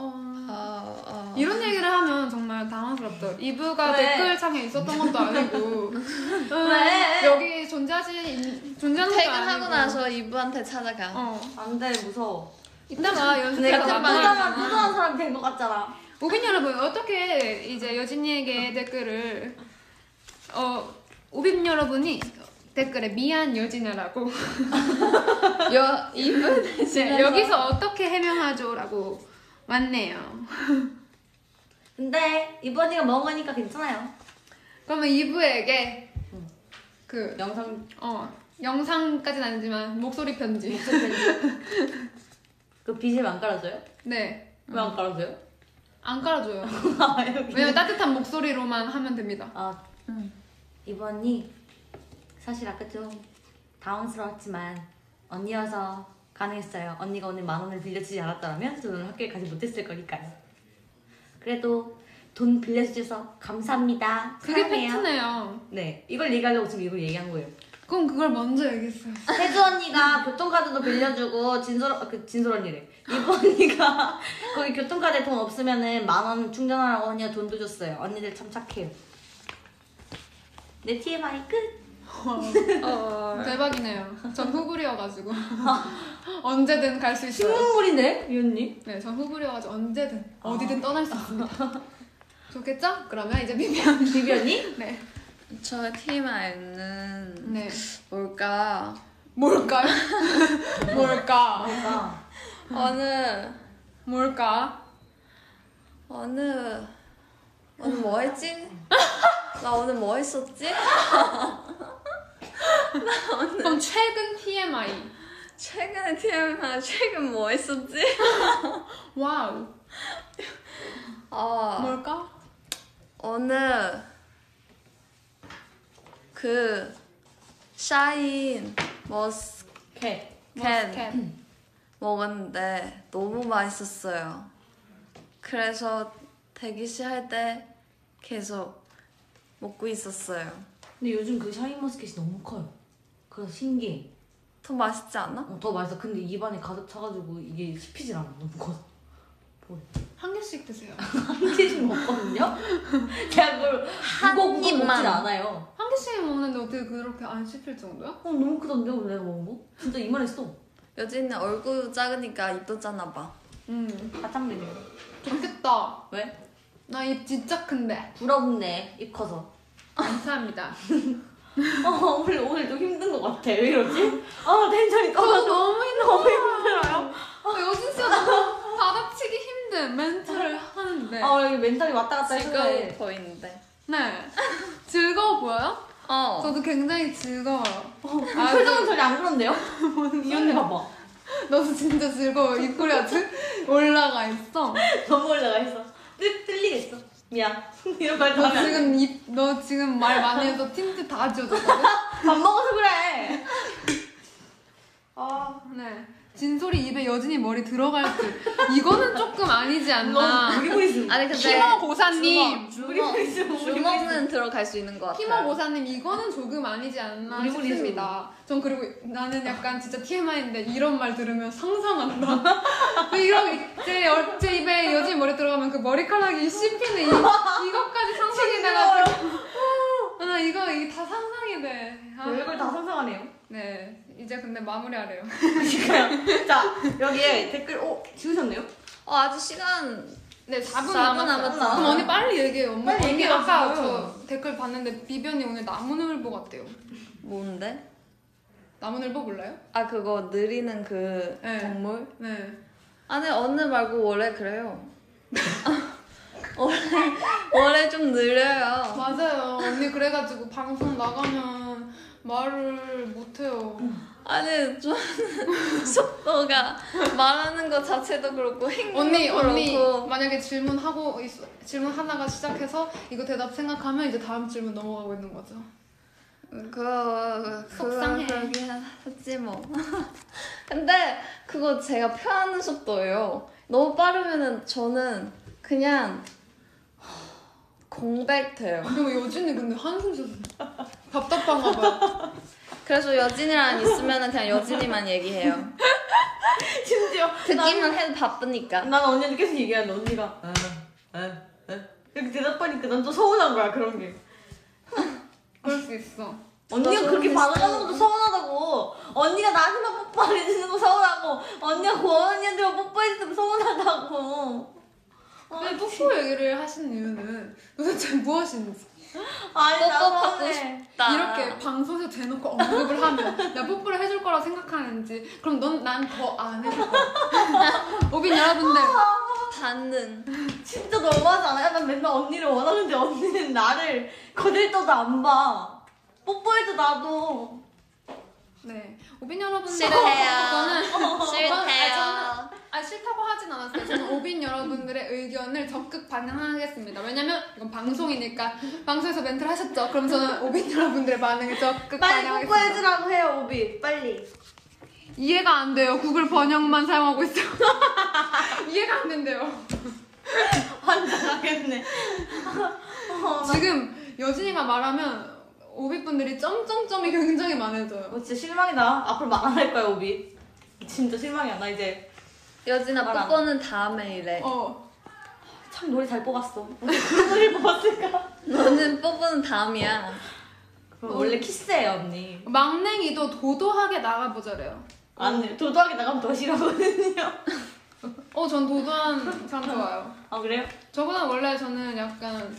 A: 어, 어.
B: 이런 얘기를 하면 정말 당황스럽죠. 이브가
C: 그래.
B: 댓글창에 있었던 것도 아니고 음,
C: 그래.
B: 여기 존재하지 존재하는 것도
A: 퇴근하고
B: 아니고.
A: 나서 이브한테 찾아가
B: 어
C: 안돼 무서워. 아,
B: 이따가
A: 근데
B: 연습해서
A: 같은
C: 같은
A: 방에
B: 나가야
C: 방이잖아.
B: 되나?
C: 부정한 사람 된 것 같잖아.
B: 오빈 여러분 어떻게 이제 여진이에게 댓글을 어 오빈 여러분이 댓글에 미안 여진이라고
C: 어,
A: 여 이브
B: 이제 여기서 어떻게 해명하죠라고 왔네요.
C: 근데 이보 언니가 먹은 거니까 괜찮아요.
B: 그러면 이브에게 그
C: 영상
B: 어, 영상까지는 아니지만 목소리 편지
C: 그 빛을 안 깔아줘요?
B: 네.
C: 왜 안 깔아줘요?
B: 안 깔아줘요. 왜냐면 따뜻한 목소리로만 하면 됩니다.
C: 아,
A: 응.
C: 이브 언니 사실 아까 좀 당황스러웠지만 언니여서 가능했어요. 언니가 오늘 만 원을 빌려주지 않았다면 저는 오늘 학교에 가지 못했을 거니까요. 그래도 돈 빌려주셔서 감사합니다.
B: 그게
C: 사랑해요.
B: 팩트네요.
C: 네, 이걸 얘기하려고 지금 이걸 얘기한 거예요.
B: 그럼 그걸 먼저 얘기했어요.
C: 태주 언니가 교통카드도 빌려주고 진솔 아, 그 진솔 언니래 이브 언니가 거기 교통카드에 돈 없으면은 만 원 충전하라고 언니가 돈도 줬어요 언니들 참 착해요 내 TMI 끝
B: 아,
A: 어.
B: 대박이네요. 전 후불이어가지고 언제든 갈 수 있어요.
C: 신문물이네 이 언니
B: 네, 전 후불이어가지고 언제든 어디든 떠날 수 있습니다. 좋겠죠? 그러면 이제 미비한
C: 비비 언니
B: 네.
A: 저의 TMI는
B: 네.
A: 뭘까?
B: 뭘까요? 뭘까?
C: 아
A: 어느
B: 뭘까?
A: 어느 오늘 뭐 했지? 나 오늘 뭐 했었지?
B: 그럼 최근 TMI.
A: 최근에 TMI 최근 뭐 했었지?
B: 와우.
A: 아
B: 뭘까?
A: 어느 그 샤인 머스캣
C: 오케이
B: 머스캣.
A: 먹었는데 너무 맛있었어요. 그래서 대기실 할 때 계속 먹고 있었어요.
C: 근데 요즘 그 샤인머스켓이 너무 커요 그래서 신기해
A: 더 맛있지 않아?
C: 어, 더 맛있어 근데 입안에 가득 차가지고 이게 씹히질 않아 너무 커서
B: 한 개씩 드세요.
C: 한 개씩 먹거든요 제가 그걸 무거운 거
A: 입만.
C: 먹진 않아요
B: 한 개씩 먹는데 어떻게 그렇게 안 씹힐 정도야?
C: 어 너무 크던데 오늘 내가 먹은 거? 진짜 이만했어
A: 여진이 얼굴 작으니까 이쁘잖아 봐.
B: 음
C: 바짝 밀려.
B: 좋겠다.
C: 왜?
B: 나 입 진짜 큰데.
C: 부럽네. 입 커서.
B: 감사합니다.
C: 어, 오늘, 오늘 좀 힘든 것 같아. 왜 이러지? 아, 텐션이
B: 저
C: 떨어져.
B: 너무 힘들어.
C: 너무 힘들어요.
B: 어, 요즘 진짜 너무 받아치기 힘든 멘트를 하는데.
C: 아, 여기 멘탈이 왔다 갔다
A: 즐거워
C: 했는데.
A: 보이는데.
B: 네. 즐거워 보여요?
A: 어.
B: 저도 굉장히 즐거워요. 아,
C: 어, 표정은 전혀 안 그런데요? 이 언니 봐봐.
B: 너도 진짜 즐거워. 입꼬리가 들- 올라가 있어.
C: 너무 올라가 있어. 뜰, 뜰리겠어. 미안. 이런 말도
B: 너
C: 하면 안 돼.
B: 지금 입, 너 지금 말 많이 해서 틴트 다 지워졌거든?
C: 밥 먹어서 그래. 아,
B: 네. 진솔이 입에 여진이 머리 들어갈 줄. 이거는 조금 아니지 않나.
C: 너무 무리고 있어.
A: 아니 근데
B: 키모 고사님.
A: 주먹
C: 우리 있으면 우리
A: 주먹은 들어갈 수 있는 것 같아.
B: 키모 고사님 이거는 조금 아니지 않나
C: 우리 우리
B: 싶습니다. 전 그리고 나는 약간 진짜 TMI인데 이런 말 들으면 상상한다. 그 이런 제, 여- 제 입에 여진 머리 들어가면 그 머리카락이 씹히는 이, 이것까지 상상이 돼가지고 아, 나 이거 이게 다 상상이 돼. 아.
C: 얼굴 다 상상하네요.
B: 네 이제 근데 마무리하래요.
C: 그러니까요. 자, 여기에 댓글, 어, 지우셨네요?
A: 어 아직 시간
B: 네 4분,
A: 4분
B: 남았어요.
A: 남았다.
B: 그럼 언니 빨리 얘기해요. 엄마
C: 빨리
B: 언니
C: 얘기해요,
B: 아까
C: 지금.
B: 저 댓글 봤는데 비변이 오늘 나무늘보 같대요.
A: 뭔데?
B: 나무늘보 몰라요?
A: 아 그거 느리는 그
B: 네.
A: 동물?
B: 네.
A: 아니 언니 말고 원래 그래요. 원래 원래 좀 느려요.
B: 맞아요. 언니 그래가지고 방송 나가면 말을 못해요.
A: 아니 좀 속도가 말하는 것 자체도 그렇고 행동도
B: 언니
A: 그렇고
B: 언니 만약에 질문하고 있- 질문 하나가 시작해서 이거 대답 생각하면 이제 다음 질문 넘어가고 있는 거죠.
A: 그, 그거
B: 속상해.
A: 그러긴 하지 뭐. 근데 그거 제가 표하는 속도예요. 너무 빠르면은 저는 그냥 공백돼요.
B: 그리고 여진이 근데 한숨 쉬었어. 답답한가 봐요.
A: 그래서 여진이랑 있으면은 그냥 여진이만 얘기해요.
C: 심지어.
A: 듣기만 해도 바쁘니까.
C: 난 언니한테 계속 얘기하는데 언니가 아, 아, 아. 이렇게 대답하니까 난 또 서운한 거야 그런 게
B: 그럴 수 있어.
C: 언니가
A: 저런
C: 그렇게
A: 게
C: 반응하는
A: 있어요.
C: 것도 서운하다고 언니가 나한테만 뽀뽀해주는 거 서운하고 언니가 고원 언니한테만 뽀뽀해주는 거 서운하다고 아, 네.
A: 아,
B: 근데 뽀뽀 얘기를 하시는 이유는 도대체 무엇인지
C: 아니 나
A: 뽀뽀 받고
C: 서운해
A: 싶다.
B: 이렇게 방송에서 대놓고 언급을 하면 나 뽀뽀를 해줄 거라 생각하는지 그럼 넌 난 더 안 해줄 거야. 오빈 여러분들
A: 반응.
C: 진짜 너무하지 않아요? 난 맨날 언니를 원하는데 언니는 나를 거들떠도 안봐 뽀뽀해도 나도
B: 네. 오빈 여러분들
A: 싫어해요.
B: 저는
A: 싫대요.
B: 아, 저는, 아 싫다고 하진 않았어요. 저는 오빈 여러분들의 의견을 적극 반영하겠습니다. 왜냐면 이건 방송이니까 방송에서 멘트를 하셨죠. 그럼 저는 오빈 여러분들의 반응을
C: 그
B: 적극
C: 빨리
B: 반영하겠습니다.
C: 뽀뽀해주라고 해요 오비 빨리
B: 이해가 안 돼요. 구글 번역만 사용하고 있어요. 이해가 안 된대요.
C: 환장하겠네 어, 나-
B: 지금 여진이가 말하면 오비분들이 점점점이 굉장히 많아져요.
C: 어, 진짜 실망이다. 앞으로 말 안 할 거야, 오비. 진짜 실망이야, 나 이제. 말
A: 여진아
C: 안
A: 뽀뽀는 다음에 이래.
B: 어.
C: 참 노래 잘 뽑았어. 어떻게 그런 노래 뽑았을까?
A: 너는 뽀뽀는 다음이야.
C: 그럼 원래 키스해요, 언니.
B: 막냉이도 도도하게 나가보자래요.
C: 안 돼. 도도하게 나가면 더 싫어하거든요.
B: 어, 전 도도한 사람 좋아요.
C: 아, 그래요?
B: 저보다 원래 저는 약간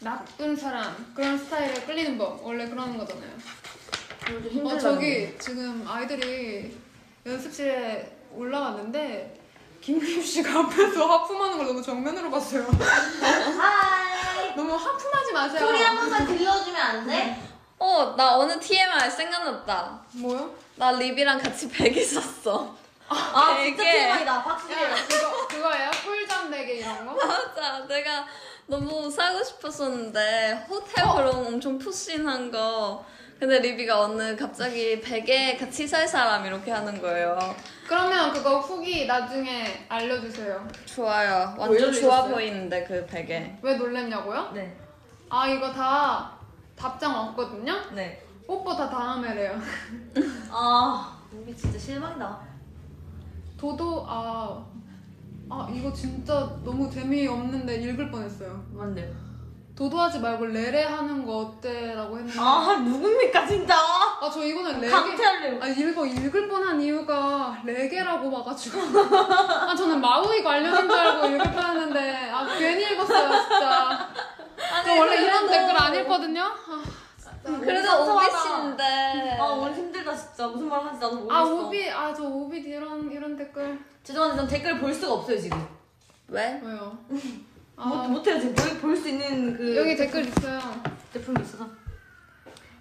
B: 나쁜 사람 그런 스타일에 끌리는 법 원래 그런 거잖아요. 어 저기 지금 아이들이 연습실에 올라갔는데 김기우 씨가 앞에서 하품하는 걸 너무 정면으로 봤어요.
C: 하이.
B: 너무 하품하지 마세요.
C: 소리 한 번만 들려주면 안 돼?
A: 어, 나 어느 TMI 생각났다.
B: 뭐요?
A: 나 립이랑 같이 베개 샀어.
C: 아, 진짜
A: 되게.
C: 대박이다. 박수해요.
B: 그거 그거예요? 꿀잠 베개 이런 거?
A: 맞아. 내가 너무 사고 싶었었는데,
C: 어.
A: 호텔룸 엄청 푸신한 거. 근데 리비가 어느 갑자기 베개 같이 살 사람 이렇게 하는 거예요.
B: 그러면 그거 후기 나중에 알려주세요.
A: 좋아요.
C: 왜
A: 완전
C: 이러셨어요?
A: 좋아 보이는데, 그 베개.
B: 왜 놀랬냐고요?
C: 네.
B: 아 이거 다 답장 왔거든요.
C: 네.
B: 뽀뽀 다 다음에래요.
C: 아, 우리 진짜 실망이다.
B: 도도 아, 아 이거 진짜 너무 재미없는데 읽을 뻔했어요.
C: 뭔데요?
B: 도도하지 말고 레레 하는 거 어때라고 했는데
C: 아, 누굽니까, 진짜?
B: 아 저 이거는 레게
C: 아, 강퇴할래요.
B: 아 읽어 읽을 뻔한 이유가 레게라고 와가지고 아 저는 마우이가 알려준 줄 알고 읽을 뻔했는데 아 괜히 읽었어요 진짜 저 원래 이런 댓글 안 읽거든요 아,
A: 그래도
C: 너무
A: 오비
C: 섭섭하다.
A: 씨인데.
C: 아 음, 오늘 힘들다 진짜 무슨 말 하는지 나도 모르겠어.
B: 아 오비 아 저 오비 이런 이런 댓글
C: 죄송한데 전 댓글 볼 수가 없어요 지금.
A: 왜?
B: 왜요
C: 음. 못
B: 아
C: 못해요 지금 여기 볼 수 있는 그
B: 여기 댓글 있어요
C: 제품이 있어서.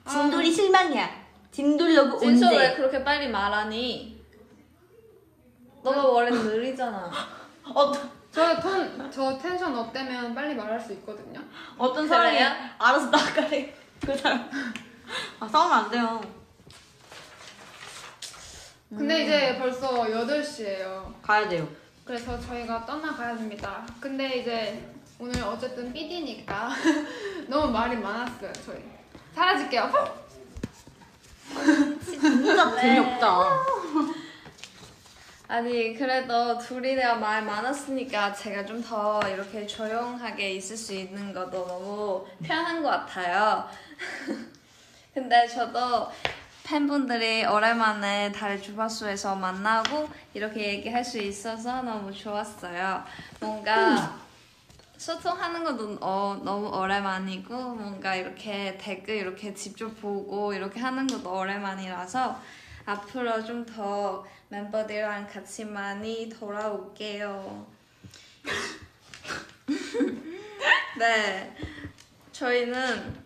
B: 아.
C: 진돌이 실망이야. 진돌 여보
A: 진수 왜 그렇게 빨리 말하니? 너가 원래 느리잖아.
C: 어떤
B: 저톤저 텐션 업되면 빨리 말할 수 있거든요
C: 어떤 사람이
A: 그래요?
C: 알아서 나가래. 그 사람. 아 싸우면 안 돼요.
B: 근데
A: 음.
B: 이제 벌써 8시예요
C: 가야 돼요.
B: 그래서 저희가 떠나가야 됩니다. 근데 이제 오늘 어쨌든 삐디니까 너무 말이 많았어요, 저희. 사라질게요. 훅!
C: 진짜 재미없다.
A: 아니 그래도 둘이 내가 말 많았으니까 제가 좀 더 이렇게 조용하게 있을 수 있는 것도 너무 편한 것 같아요. 근데 저도 팬분들이 오랜만에 달의 주파수에서 만나고 이렇게 얘기할 수 있어서 너무 좋았어요. 뭔가 소통하는 것도 어, 너무 오랜만이고 뭔가 이렇게 댓글 이렇게 직접 보고 이렇게 하는 것도 오랜만이라서 앞으로 좀 더 멤버들이랑 같이 많이 돌아올게요. 네, 저희는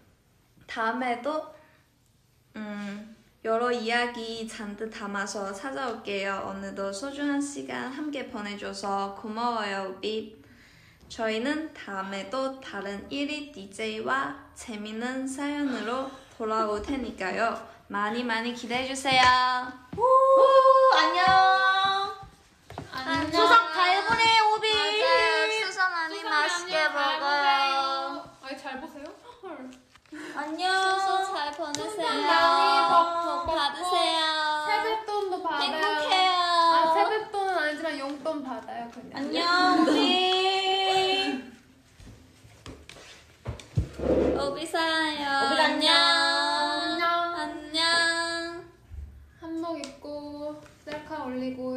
A: 다음에도 음, 여러 이야기 잔뜩 담아서 찾아올게요. 오늘도 소중한 시간 함께 보내줘서 고마워요, 빕. 저희는 다음에도 다른 1위 DJ와 재미있는 사연으로 돌아올 테니까요. 많이 많이 기대해주세요.
C: 오 안녕.
A: 안녕.
C: 추석 잘 보내 오비.
A: 맞아요. 추석 많이 맛있게 먹어요.
B: 아니, 잘 보세요. 헐.
A: 추석
C: 안녕.
A: 잘 보내세요.
B: 많이 먹고
A: 복 받으세요.
B: 세뱃돈도 받아요.
A: 행복해요.
B: 아, 세뱃돈은 아니지만 용돈 받아요, 그냥.
C: 안녕 오비.
A: 오비사요.
C: 오비가 안녕.
B: 안녕.
A: 안녕.
B: 한복 입고, 셀카 올리고,